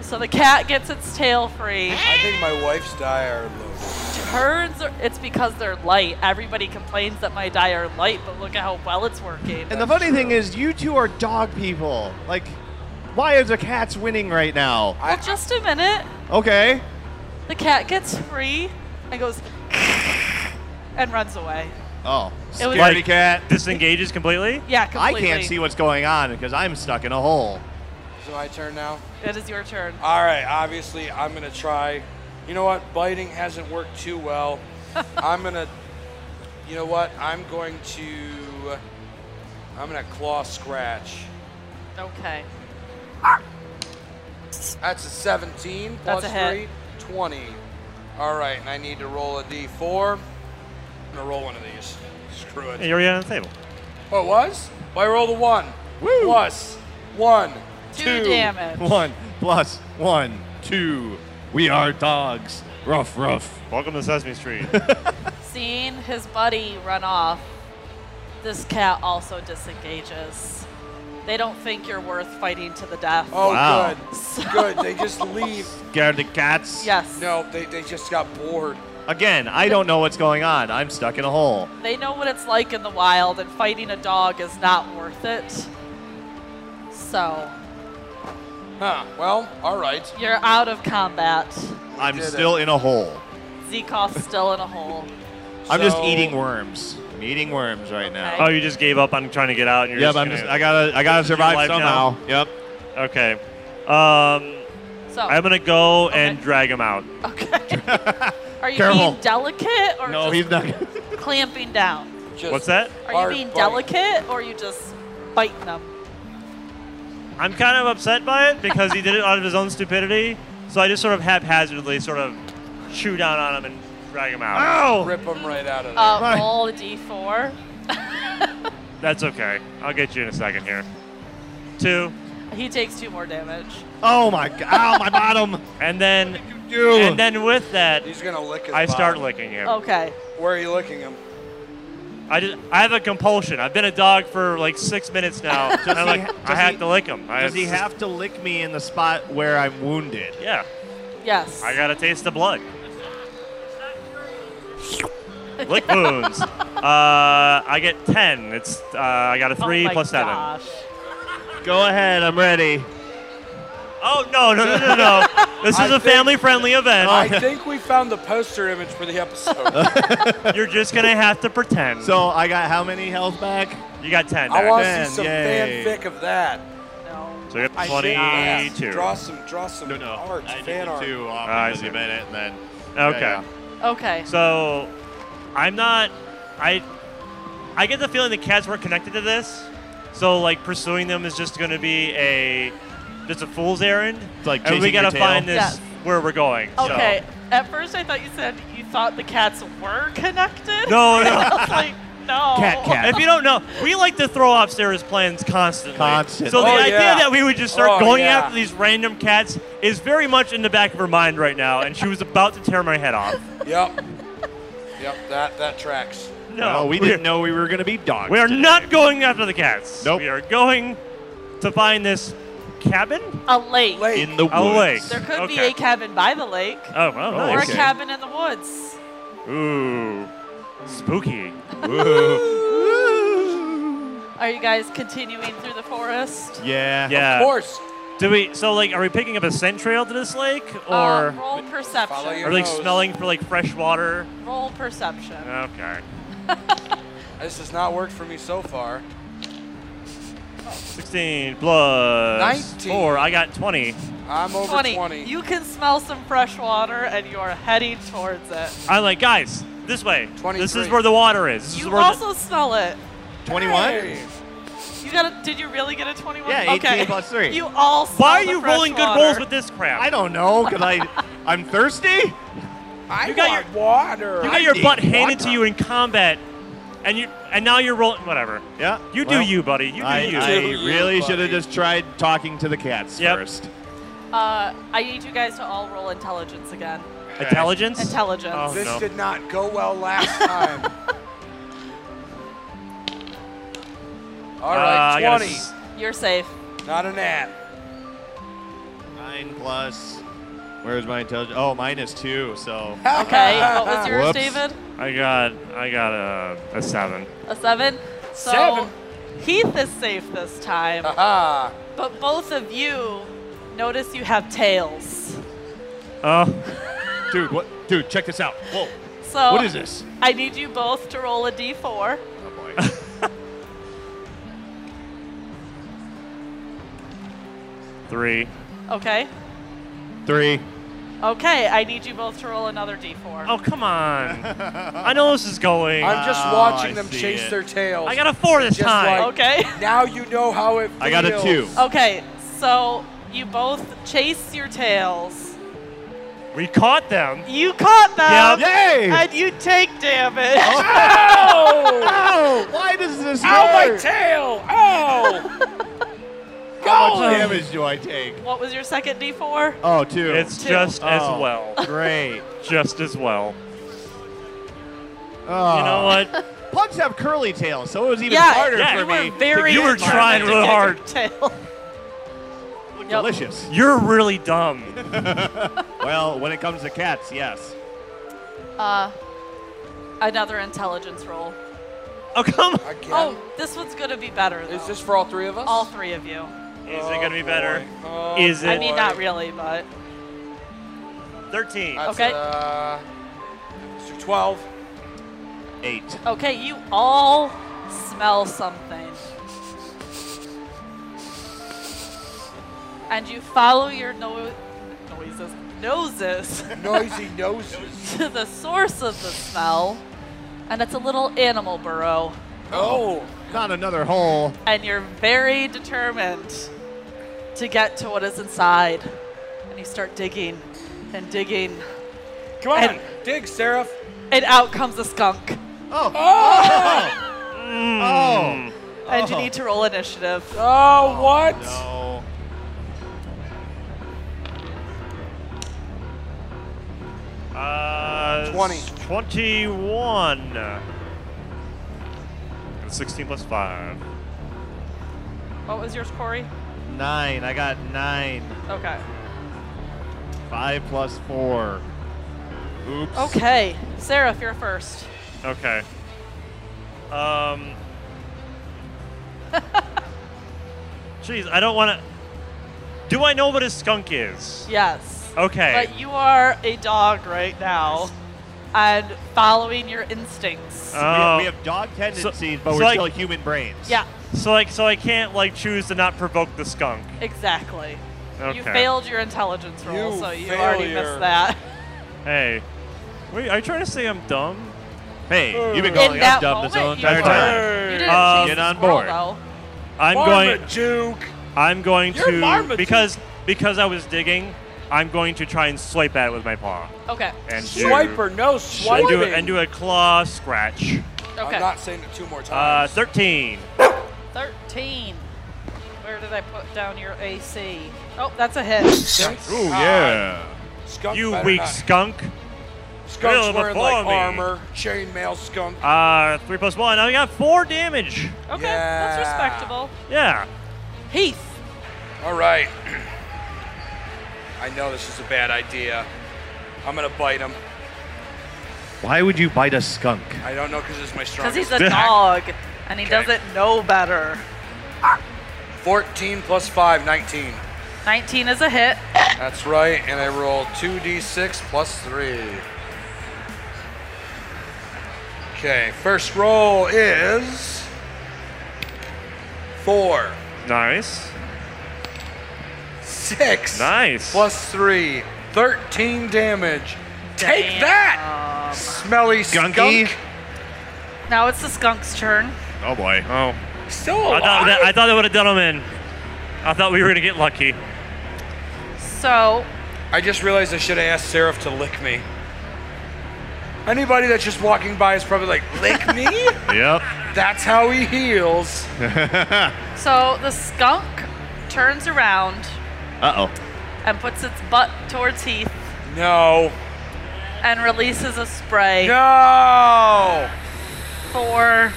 so the cat gets its tail free.
I think my wife's die are loaded.
Turns. are- It's because they're light. Everybody complains that my die are light, but look at how well it's working.
And the funny thing is, you two are dog people. Like, why is the cats winning right now?
well, just a minute.
Okay.
The cat gets free and goes and runs away.
Oh,
It
scaredy
was-
Like-
cat.
Disengages completely.
Yeah,
I
completely.
can't see what's going on because I'm stuck in a hole.
Is it my turn now?
It is your turn.
All right, obviously, I'm going to try. You know what? Biting hasn't worked too
*laughs*
well. I'm going to. You know what? I'm going to. I'm going to claw scratch.
Okay.
That's a 17
That's
plus
a hit.
3, 20. All right, and I need to roll a d4. I'm going to roll one of these. Screw
Hey,
it.
you're already on the table.
Oh, it was? Well, I rolled a 1.
Woo.
Plus 1.
Two,
Two.
damage.
One plus one, two. We are dogs. Ruff, ruff.
Welcome to Sesame Street.
Seeing his buddy run off, this cat also disengages. They don't think you're worth fighting to the death.
Oh,
Wow.
good. Good. They just leave.
Scaredy cats.
*laughs* Yes.
No, they, they just got bored.
Again, I don't know what's going on. I'm stuck in a hole.
They know what it's like in the wild, and fighting a dog is not worth it. So,
Huh. Well, all right.
you're out of combat.
I'm
did it.
still in a hole.
Zekoff's still in a hole.
I'm just
So-
eating worms. I'm eating worms right now.
Okay.
*laughs* oh, you just gave up on trying to get out. And you're
Yep,
just
I'm
gonna-
just. I gotta. I gotta
Just do
survive
life
somehow. Yep.
Okay. Um,
So,
I'm gonna go and
Okay.
drag him out.
*laughs* okay. Are you
Careful.
being delicate or
No,
just
he's
*laughs*
not.
clamping down?
Just
What's that?
Are
hard
you being
bite.
delicate or are you just biting them?
I'm kind of upset by it because he did it out of his own stupidity. So I just sort of haphazardly sort of chew down on him and drag him out.
Ow!
Rip them right out of there.
Uh,
Right.
roll a d4.
That's okay. I'll get you in a second here. Two,
He takes two more damage.
Oh my god! Ow, my bottom.
and then
Dude.
and then with that,
He's gonna lick his
I start
bottom.
licking
Oh.
him.
Okay.
Where are you licking him?
I just I have a compulsion. I've been a dog for like six minutes now.
*laughs*
and I'm
he
like,
ha-
I
does
have
he-
to lick him. I
Does he have to lick me in the spot where I'm wounded?
Yeah,
Yes.
I gotta taste the blood. Lick wounds. Uh, I get ten. It's uh, I got a three
oh my
plus seven.
Gosh.
Go ahead. I'm ready.
Oh no no no no no! This
I
is a
think-
family-friendly event.
I think we found the poster image for the episode.
*laughs* You're just gonna have to pretend.
So I got how many health back?
you got ten.
I
Dax.
want to
Man,
see some
yay.
fanfic of that.
No.
so you got
I think- yeah.
twenty-two.
Draw some, draw some art, fan art.
two
Ah, I
off
see.
in a minute, and then.
Okay.
Yeah,
Okay.
So I'm not. I I get the feeling the cats weren't connected to this. So like pursuing them is just gonna be a just a fool's errand.
It's like
and we
chasing your
gotta
tail.
find this
Yes.
where we're going. so-
Okay. At first, I thought you said you thought the cats were connected.
No,
*laughs*
no.
I was like, no.
Cat, cat.
Oh. If you don't know, we like to throw off Sarah's plans constantly.
Constantly.
So the
Oh,
idea
yeah.
that we would just start
Oh,
going
yeah.
after these random cats is very much in the back of her mind right now, and she was about to tear my head off.
Yep. Yep, that, that tracks.
No,
Well, we
we're-
didn't know we were going to be dogs.
We are
today.
not going after the cats.
Nope.
We are going to find this cabin.
A lake.
Late.
in the woods.
A lake.
There could be
Okay.
a cabin by the lake
Oh, well,
Oh,
or
nice.
okay.
a cabin in the woods.
Ooh, spooky.
Are you guys continuing through the forest?
Yeah.
Yeah.
Of course.
Do we? So, like, are we picking up a scent trail to this lake,
Uh,
or
roll
Follow
perception.
your-
or like
nose.
smelling for like fresh water?
Roll perception.
Okay.
This has not worked for me so far.
16 plus
19.
4. I got 20.
I'm over 20.
20. You can smell some fresh water and you are heading towards it.
I'm like, guys, this way. This
23.
is where the water is. This is
You
where
also smell it.
21?
Hey.
You got a, Did you really get a 21?
Yeah, 18
okay.
plus three.
You all
the,
smell
why are
the
you
fresh
rolling good
water.
rolls with this crap?
I don't know because I, I'm thirsty.
I
You got
want water.
you
I
got your
need
butt handed to
water.
you in combat, and you and now you're rolling. Whatever.
Yeah.
You do
well,
you, buddy. You do
I,
you.
I
Do you,
really should have
buddy.
just tried talking to the cats
Yep.
first.
Uh, I need you guys to all roll intelligence again.
Intelligence.
Intelligence.
Oh,
This
no.
did not go well
*laughs*
last time. All
Uh, I
right,
got a
20.
s-
You're safe.
Not an ad.
Nine plus. Where's my intelligence? Oh, minus two.
*laughs*
So
*laughs*
Okay. what was yours,
Whoops.
David?
I got. I got a, a seven.
A seven. So
Seven.
Heath is safe this time,
Aha.
but both of you notice you have tails.
Oh.
dude, what? Dude, check this out. Whoa.
So
What is this?
I need you both to roll a d4.
Oh boy.
Three.
Okay.
Three.
Okay. I need you both to roll another d4.
Oh come on. I know this
*laughs*
is going.
I'm just
Oh,
watching
I
them
see
chase
it.
their tails.
I got a four this
Just
time.
like-
Okay. *laughs*
now you know how it feels.
I got a two.
Okay. So you both chase your tails.
we caught them.
You caught them.
Yep.
Yay!
And you take damage.
Oh.
*laughs*
Ow! Oh. Why does this
Ow, Oh, my
hurt?
tail! Oh. Ow!
How much damage do I take?
What was your second d4?
Oh, two.
It's
Two.
just as
Oh,
well.
Great.
Just as well.
Oh.
*laughs* You know what?
Pugs have curly tails, so it was even
Yeah,
harder
yeah,
for
you were
me.
very
to
You were
get my-
trying
to
really
get your
hard.
Tail.
Look
Yep.
Delicious.
You're really dumb.
well, when it comes to cats, yes.
*laughs* Uh, another intelligence roll.
Oh come. on.
Again?
Oh, this one's gonna be better. Though.
Is this for all three of us?
all three of you?
Is it gonna be better?
Oh,
Is it?
I mean, not really, but
Thirteen.
That's,
Okay.
Uh, so 12.
Eight.
okay. You all smell something, and you follow your no- noises noses *laughs*
*laughs*
Noisy noses.
to the source of the smell, and it's a little animal burrow.
Oh.
Not another hole.
and you're very determined to get to what is inside. And you start digging and digging,
Come on.
And-
Dig, Seraph.
and out comes a skunk.
Oh. Oh.
Mm.
Oh.
And you need to roll initiative.
Oh, what?
No.
Uh,
20.
21. And 16 plus 5.
What was yours, Corey?
Nine. I got nine.
Okay.
Five plus four. Oops.
Okay. Seraph, you're first.
Okay. Um. Jeez, I don't want to. Do I know what a skunk is?
Yes.
Okay.
But you are a dog right now and following your instincts.
We,
Oh.
we have dog tendencies, but
so
we're
I-
still human brains.
yeah,
so like, so I can't like choose to not provoke the skunk.
exactly. You
Okay.
failed your intelligence roll,
You
so you already
failure.
missed that.
Hey, wait, are you trying to say I'm dumb?
Hey, you've been
In
calling
that
us dumb this whole
moment, you
entire
were.
time.
You
Hey.
didn't
Uh,
chase
get
the
on
squirrel,
board.
though.
I'm going.
Marmaduke.
I'm going
You're
to
Marmaduke.
because because I was digging. I'm going to try and swipe at it with my paw
Okay.
and do-
Swiper, no
and
swiping.
do, and do a claw scratch.
Okay.
I'm not saying it two more
Uh,
times.
thirteen.
13. Where did I put down your AC? Oh, that's a hit.
Thank
Ooh,
God.
yeah.
Skunk
You
better
weak
not.
skunk.
Skunk's
Bill
wearing like
before me.
armor, chainmail skunk.
Uh, three plus one. I got four damage.
Okay,
Yeah.
that's respectable.
Yeah.
Heath.
All right. I know this is a bad idea. I'm gonna bite him.
Why would you bite a skunk?
I don't know because it's my strongest.
Because he's a dog and he
Okay.
doesn't know better.
14 plus 5, 19.
19 is a hit.
That's right, and I roll 2d6 plus 3. Okay, first roll is 4,
Nice.
6,
Nice.
plus 3, 13 damage. Take
Damn.
that, smelly
Skunky.
skunk.
Now it's the skunk's turn.
Oh boy.
Oh.
Still
I
alive?
thought that, I thought I would have done them in. I thought we were gonna get lucky.
So,
I just realized I should have asked Seraph to lick me. Anybody that's just walking by is probably like, lick me?
*laughs*
Yep.
that's how he heals.
So the skunk turns around
Uh oh.
and puts its butt towards Heath
No.
and releases a spray
No!
for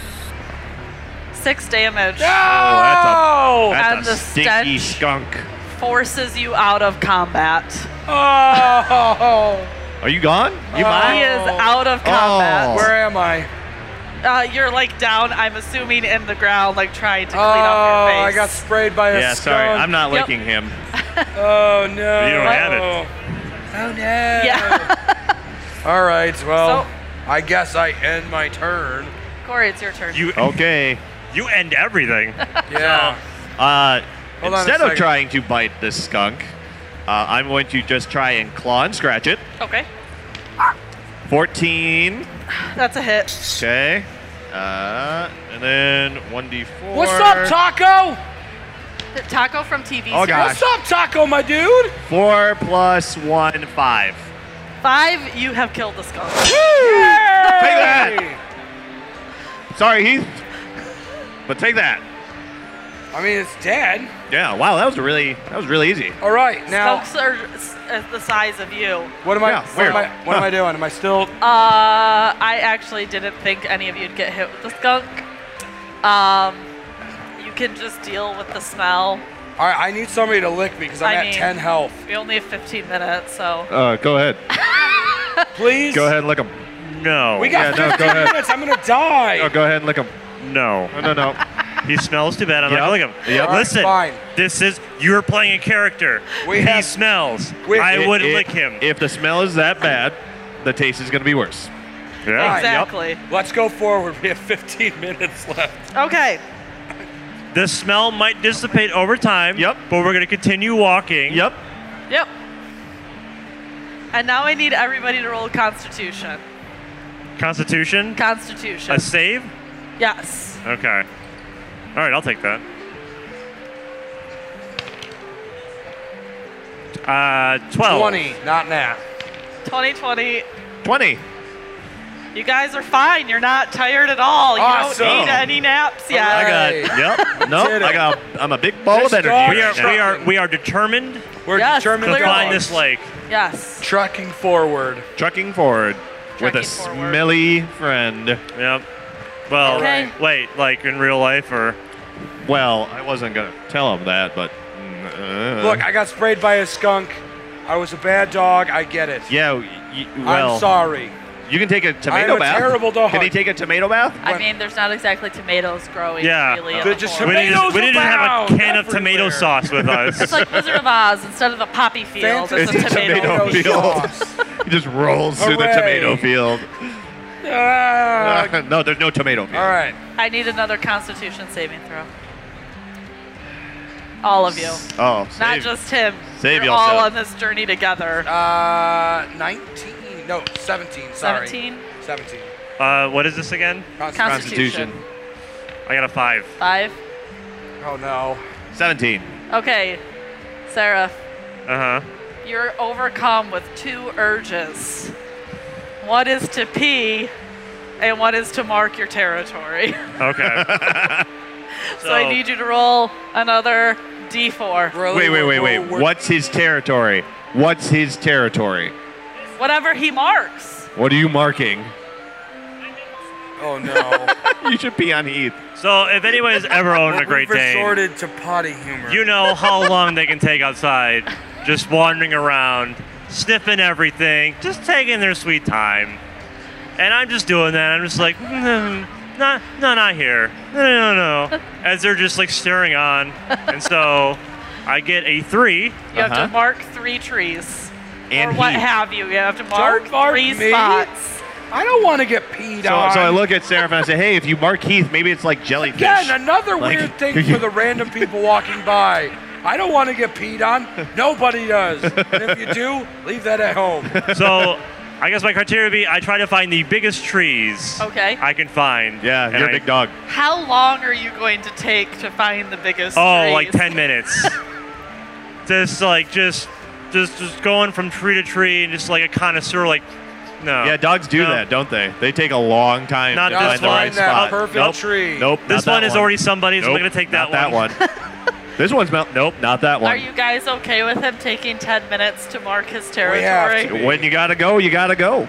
six damage.
No!
Oh, That's
And
a
the
stinky
stench.
skunk.
Forces you out of combat.
Oh!
Are you gone? You
Oh.
mine?
He is out of
Oh.
combat.
Where am I?
Uh, you're like down, I'm assuming, in the ground, like trying to
Oh,
clean off your face.
I got sprayed by a
Yeah,
skunk.
sorry. I'm not
Yep.
licking him.
Oh no!
You don't have it.
Oh no!
Yeah.
*laughs* All right. Well,
So-
I guess I end my
*laughs*
turn.
Corey, it's your turn.
You
Oh. Okay.
you end everything.
Yeah.
Uh,
Hold on a
instead of
second.
trying to bite this skunk, uh, I'm going to just try and claw and scratch it.
Okay.
14.
That's a hit.
Okay. Uh, and then 1d4.
What's up, Taco?
Taco from TV
Oh,
series.
God.
What's up, Taco, my dude?
4 plus 1, 5.
Five, you have killed the skunk.
Take Sorry, Heath. But take that.
I mean, it's dead.
Yeah, wow, that was really that was really easy.
All right. Now,
Skunks are s- uh, the size of you.
what am I?
Yeah,
what am
weird.
I, what am I doing? Am I still?
Uh, I actually didn't think any of you'd get hit with the skunk. Um, you can just deal with the smell.
All right. I need somebody to lick me because I'm
I
at
mean-
10 health.
We only have 15 minutes, so
Uh, go ahead.
Please.
and lick him.
No.
We got
Yeah, no, go
15
ahead.
minutes. I'm gonna die.
go ahead and lick him.
no.
no, *laughs* no.
He smells too bad. I'm
Yep.
not gonna lick him.
Yep.
Listen,
Alright, fine.
this is you're playing a character.
We
he
have-
smells.
we-
I
it-
would
If-
lick him.
If the smell is that bad, the taste is going to be worse.
Fine,
yeah.
exactly.
Let's go forward. We have 15 minutes left.
Okay.
The smell might dissipate over time.
Yep.
But we're gonna continue walking.
Yep.
Yep. And now I need everybody to roll Constitution.
Constitution.
Constitution.
A save.
Yes.
Okay. All right, I'll take that. Uh,
Oh.
twelve.
20, not now.
2020.
20.
You guys are fine. You're not tired at all. You
Awesome.
don't need any naps yet.
All
I got.
Hey. *laughs*
Yep. No.
Did it.
I got. I'm a big ball of
Good
energy.
start.
We are,
right now.
we are, we are determined
We're
Yes,
determined
to
Clear
find
out.
this lake.
Yes.
Trucking forward.
trucking forward with
Trucking
a
forward.
smelly friend.
Yep. Well,
Okay.
wait, like in real life or?
Well, I wasn't gonna tell him that, but. uh,
Look, I got sprayed by a skunk. I was a bad dog. I get it.
Yeah. Y- y- well.
I'm sorry.
You can take a tomato
a
bath.
terrible dog.
Can he take a tomato bath?
I mean, there's not exactly tomatoes growing
Yeah.
really. in
They're
the
just
forest.
we didn't,
Tomatoes
we didn't have a
abound
can of tomato
everywhere.
sauce with us.
It's like Wizard of Oz. Instead of a poppy field, it's
Fantasy
a tomato,
tomato field.
field.
sauce.
He just rolls through the
Hooray. *laughs*
tomato field.
Ah,
*laughs* no, there's no tomato field.
all right.
I need another Constitution saving throw. All of you,
Oh,
not
save-
just him.
save
You're all
yourself.
on this journey together.
Uh, 19. No, 17. Sorry.
17?
17.
uh, what is this again?
Constitution.
Constitution.
Constitution.
I got a five.
Five.
Oh, no.
17.
Okay, Sarah,
Uh huh.
you're overcome with two urges. One is to pee, and one is to mark your territory. *laughs*
Okay.
so I need you to roll another D4.
Really,
Wait, wait,
we're-
wait, wait.
we're-
What's his territory? What's his territory?
Whatever he marks.
What are you marking? *laughs*
Oh, no.
you should be on Heath.
So if anyone's ever owned a Great
We've
Dane,
resorted to potty humor.
you know how long they can take outside, just wandering around, sniffing everything, just taking their sweet time. And I'm just doing that. I'm just like, mm, no, no, not here. No, no, no. As they're just like staring on, and so I get a three.
You have
Uh-huh.
to mark three trees.
And
or what
Heath.
have you. You have to mark,
mark
three
me.
spots.
I don't want to get peed
So,
on.
so I look at Seraph and I say, hey, if you mark Heath, maybe it's like jellyfish.
Again, another
Like-
weird thing for the random people walking by. I don't want to get peed on. Nobody
*laughs*
does. And if you do, leave that at home.
So I guess my criteria would be I try to find the biggest trees
Okay.
I can find.
yeah,
And
you're
I-
a big dog.
How long are you going to take to find the biggest
Oh,
trees?
like
*laughs*
ten minutes. just like just just just going from tree to tree and just like a connoisseur, like No.
Yeah, dogs do
No.
that, don't they? They take a long time
Not
to
this
find the
one.
right
That
spot.
perfect
nope.
tree.
Nope.
This
not
one
that
is already somebody's.
Nope,
I'm gonna take
not that
that
one. *laughs* this one's mel- nope, not that one.
Are you guys okay with him taking 10 minutes to mark his territory?
have to.
when you gotta go, you gotta go.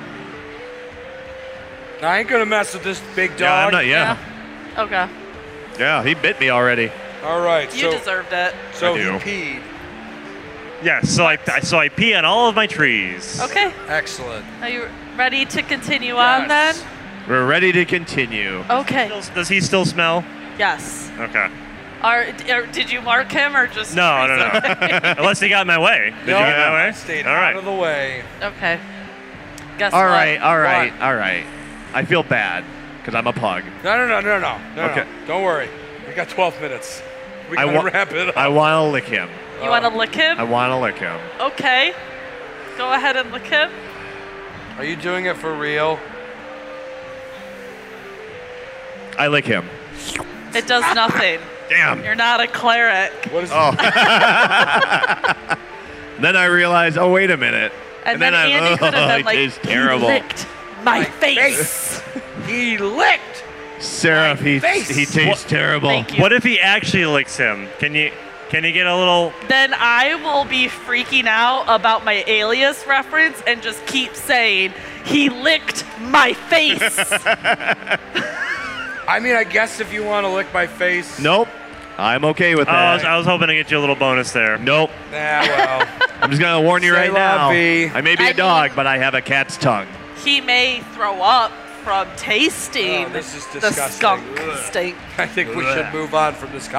I ain't gonna mess with this big dog.
Yeah, I'm not, yeah.
Okay.
yeah, he bit me already.
All right,
You
so
deserved it.
so
I
he
do.
peed.
Yeah. So I, I so I pee on all of my trees.
Okay.
Excellent.
Are you ready to continue on then?
Yes.
We're ready to continue.
Okay.
Still- Does he still smell?
Yes.
Okay.
Are, are, did you mark him or just? *laughs*
No,
*laughs*
no, no. Unless he got in my way. Did
No,
you get in my
I
way?
stayed
All
out
right.
of the way.
Okay. Guess
All
what?
right, all right, all right. I feel bad because I'm a pug.
No, no, no, no, no, no.
Okay.
no. Don't worry. We got 12 minutes. We
I
gotta
wa-
wrap it up.
I want to lick him.
You want to lick
I
him?
want to lick him.
Okay. Go ahead and lick him.
Are you doing it for real?
I lick him.
It does nothing.
Damn.
You're not a cleric.
What is?
Oh. then I realized, oh wait a minute.
And, then,
I, *laughs* Oh,
Andy could have been like,
it is
"He
terrible.
licked my face.
He licked.
Seraph, he,
face.
he tastes
What-
terrible.
Thank you.
What if he actually licks him? Can you can you get a little?
then I will be freaking out about my alias reference and just keep saying, he licked
*laughs*
my face.
I mean, I guess if you want to lick my face.
Nope. I'm okay with
Oh, I
that.
was, I was hoping to get you a little bonus there.
nope.
Nah, well. *laughs*
I'm just gonna warn you
Say
right
la
now.
vie.
I may be
I
a dog,
mean-
but I have a cat's tongue.
he may throw up from tasting
Oh, this is
the
disgusting.
skunk
Ugh.
stink.
I think we should
Blech.
move on from this
Okay.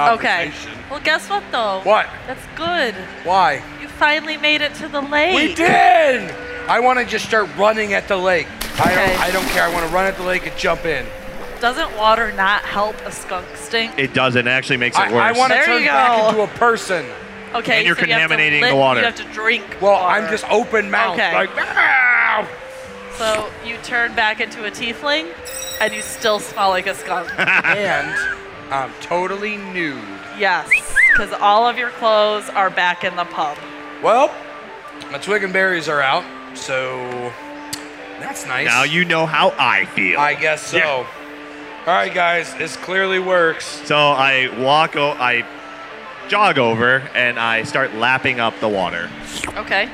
conversation.
Well, guess what though?
What?
That's good.
Why?
You finally made it to the lake.
We did. I want to just start running at the lake. I
Okay.
don't. I don't care. I want to run at the lake and jump in.
Doesn't water not help a skunk stink?
It doesn't. It actually makes it
I,
worse.
I want to
There
turn
you
back
go.
into a person.
Okay,
And you're
so you have to
contaminating the
lick-
water.
You have to drink.
Well,
water.
I'm just open mouth.
Okay.
Like,
*laughs*
"Meow."
So you turn back into a tiefling, and you still smell like
*laughs*
a skunk.
and I'm totally nude.
yes, because all of your clothes are back in the pub.
Well, my twig and berries are out, so that's nice.
now you know how I feel.
I guess so.
Yeah.
All right, guys, this clearly works.
so I walk. O- I jog over and I start lapping up the water.
Okay,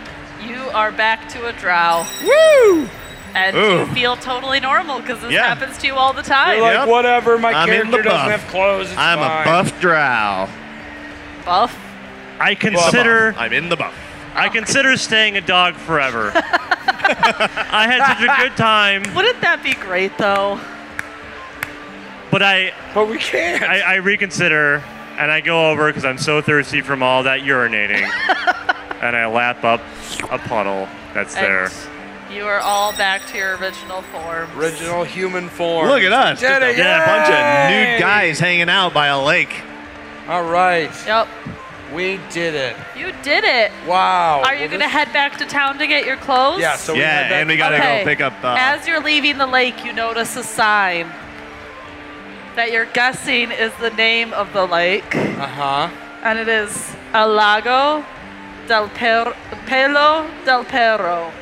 you are back to a drow. Woo! And
Ooh.
you feel totally normal because this
Yeah.
happens to you all the time.
You're like,
Yep.
whatever, my
I'm in
character
the
doesn't
buff.
have clothes. It's
I'm
fine.
a buff drow.
Buff.
I consider
I'm in the buff.
I consider staying a dog forever. I had such a good time,
Wouldn't that be great though?
but I
But we can't.
I, I reconsider and I go over because I'm so thirsty from all that urinating, and I lap up a puddle that's there.
And you are all back to your original form.
Original human form.
Look at us.
Did
just
it,
a bunch of
yay!
nude guys hanging out by a lake.
All right,
Yep.
we did it.
You did it.
Wow.
Are
Oh,
you
Well,
going to
this-
head back to town to get your clothes?
Yeah. So we had
yeah,
that-
and we gotta
Okay.
go pick up. Uh,
As you're leaving the lake, you notice a sign that you're guessing is the name of the lake,
Uh huh.
and it is El Lago del per- Pelo del Perro.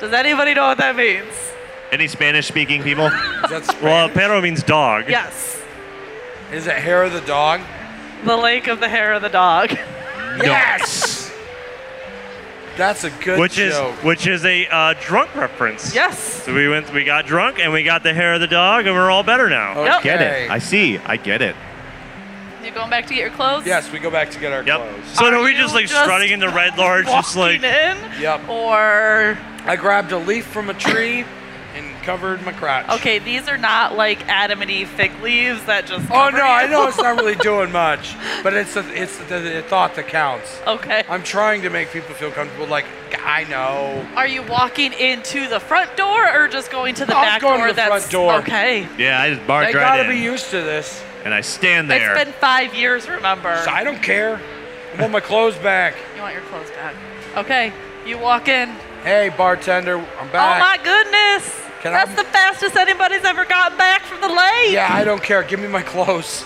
Does anybody know what that means?
any Spanish-speaking people?
Is
*laughs*
that
Well, perro means dog.
Yes,
is it hair of the dog?
the lake of the hair of the dog.
Yes. That's a good
Which is
joke.
which is a uh, drunk reference.
Yes.
So we went, we got drunk, and we got the hair of the dog, and we're all better now.
Okay.
Yep.
Get it? I see. I get it.
You're going back to get your clothes.
Yes, we go back to get our
Yep.
clothes.
So
Are
are, we
you
just like
just
strutting into Red Large, just
Walking
like
in.
Yep.
Or
I grabbed a leaf from a tree and covered my crotch.
okay, these are not like Adam and Eve fig leaves that just.
Oh
cover
no, I
you. *laughs*
know it's not really doing much, but it's the, it's the, the thought that counts.
Okay.
I'm trying to make people feel comfortable. Like I know.
Are you walking into the front door or just going to the
I'm
back
going
door?
to the front
That's
door.
okay.
Yeah, I just barked
They
right
gotta
in,
be used to this.
and I stand there.
It's been five years. Remember,
So I don't care. I want my clothes back.
you want your clothes back. Okay, you walk in.
Hey, bartender, I'm
Oh my
back.
goodness!
Can I-
That's the fastest anybody's ever gotten back from the lake.
yeah, I don't care. Give me my clothes.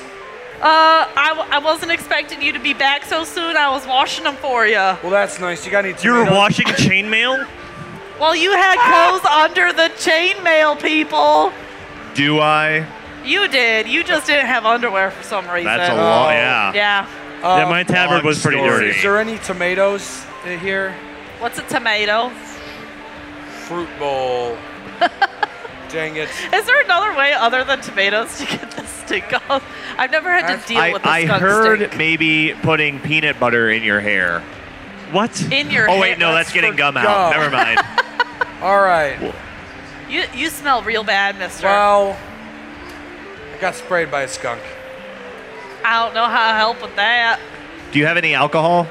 Uh, I, w- I wasn't expecting you to be back so soon. I was washing them for you.
Well, that's nice. You got any
you were
tomatoes?
Uh,
washing chainmail.
Well, you had
Ah!
Co's under the chainmail, people.
Do I?
You did. You just didn't have underwear for some reason. Uh,
That's a lot.
Oh.
Yeah.
yeah.
Uh,
yeah, my tabard was pretty
long story.
Is
dirty.
there any tomatoes in here?
What's a tomato?
Fruit bowl. *laughs* Dang it.
Is there another way other than tomatoes to get this stink off? I've never had to deal
I,
with this
I
skunk
heard
stink.
maybe putting peanut butter in your hair.
What?
in your
Oh
hair-
wait, no, that's getting
for
gum out.
gum.
Never
*laughs*
mind.
All right.
You you smell real bad, Mister.
Well, I got sprayed by a skunk.
I don't know how to help with that.
Do you have any alcohol?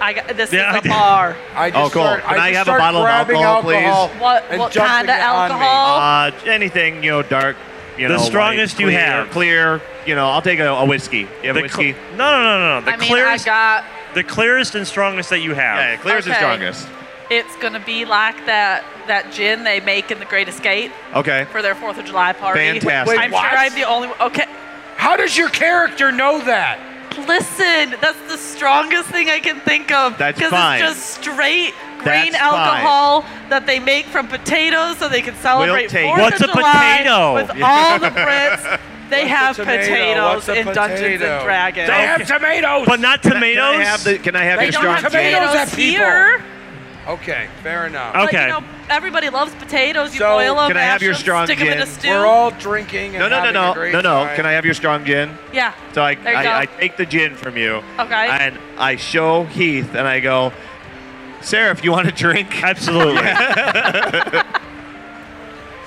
I got this
Yeah, I
is a
did.
bar.
I just
Oh, cool.
start,
Can I
just
have a
start
bottle of
grabbing
alcohol, please?
What-
and
what
dumping
kinda
it on me.
alcohol?
Uh, anything you know, dark. You
The
know,
strongest
white,
you
clear-
have.
Clear. You know, I'll take a, a whiskey. You have a
The cl-
whiskey?
no, no, no, no, no. The
I mean,
clearest,
I got.
the clearest and strongest that you have.
yeah, clear's the
Okay.
strongest.
It's gonna be like that that gin they make in the Great Escape
Okay.
for their Fourth of July party.
Fantastic.
Wait,
I'm
what?
sure I'm the only. one. Okay,
How does your character know that?
listen. That's the strongest thing I can think of.
That's fine.
Because it's just straight green
That's
alcohol that they make from potatoes, so they can celebrate
take-
Fourth
What's
of
a
July
potato?
with all the Brits. They
What's a
have
tomato?
potatoes
What's a
in Dungeons
potato?
and Dragons.
They have tomatoes.
But not
Can I-
tomatoes.
Can I have, the, can I have
They
your
They don't
strong?
strong-
have
Tomatoes
tomatoes,
at people.
here.
okay, fair enough.
Oh,
But,
Okay.
you know, everybody loves potatoes. You
So,
boil them,
can I have
mash
your
them,
strong
stick 'em in a
gin?
stew.
We're all drinking. And
no, no, no,
having a
no,
great
no, no.
time.
Can I have your strong gin?
yeah.
So I,
There you go.
I, I take the gin from you.
Okay.
And I show Heath, and I go, Sarah, if you want a drink.
Absolutely.
*laughs*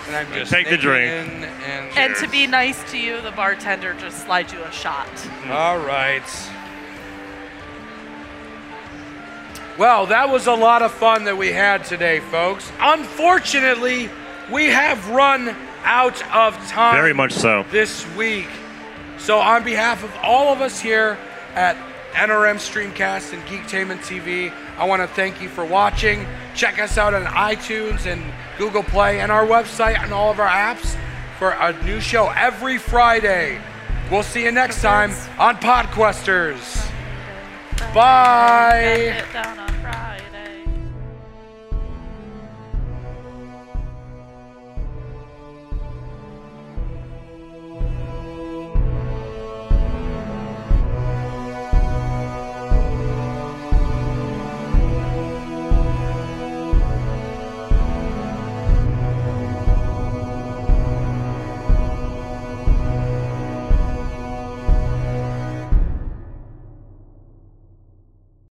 And I'm just
Take the
sneaking
drink.
in and,
and to be nice to you, the bartender just slides you a shot.
all right. Well, that was a lot of fun that we had today, folks. Unfortunately, we have run out of time.
Very much so.
this week. So, on behalf of all of us here at NRM Streamcast and Geektainment TV, I want to thank you for watching. Check us out on iTunes and Google Play and our website and all of our apps for a new show every Friday. We'll see you next time on Podquesters. Bye.
Gotta get down on Friday.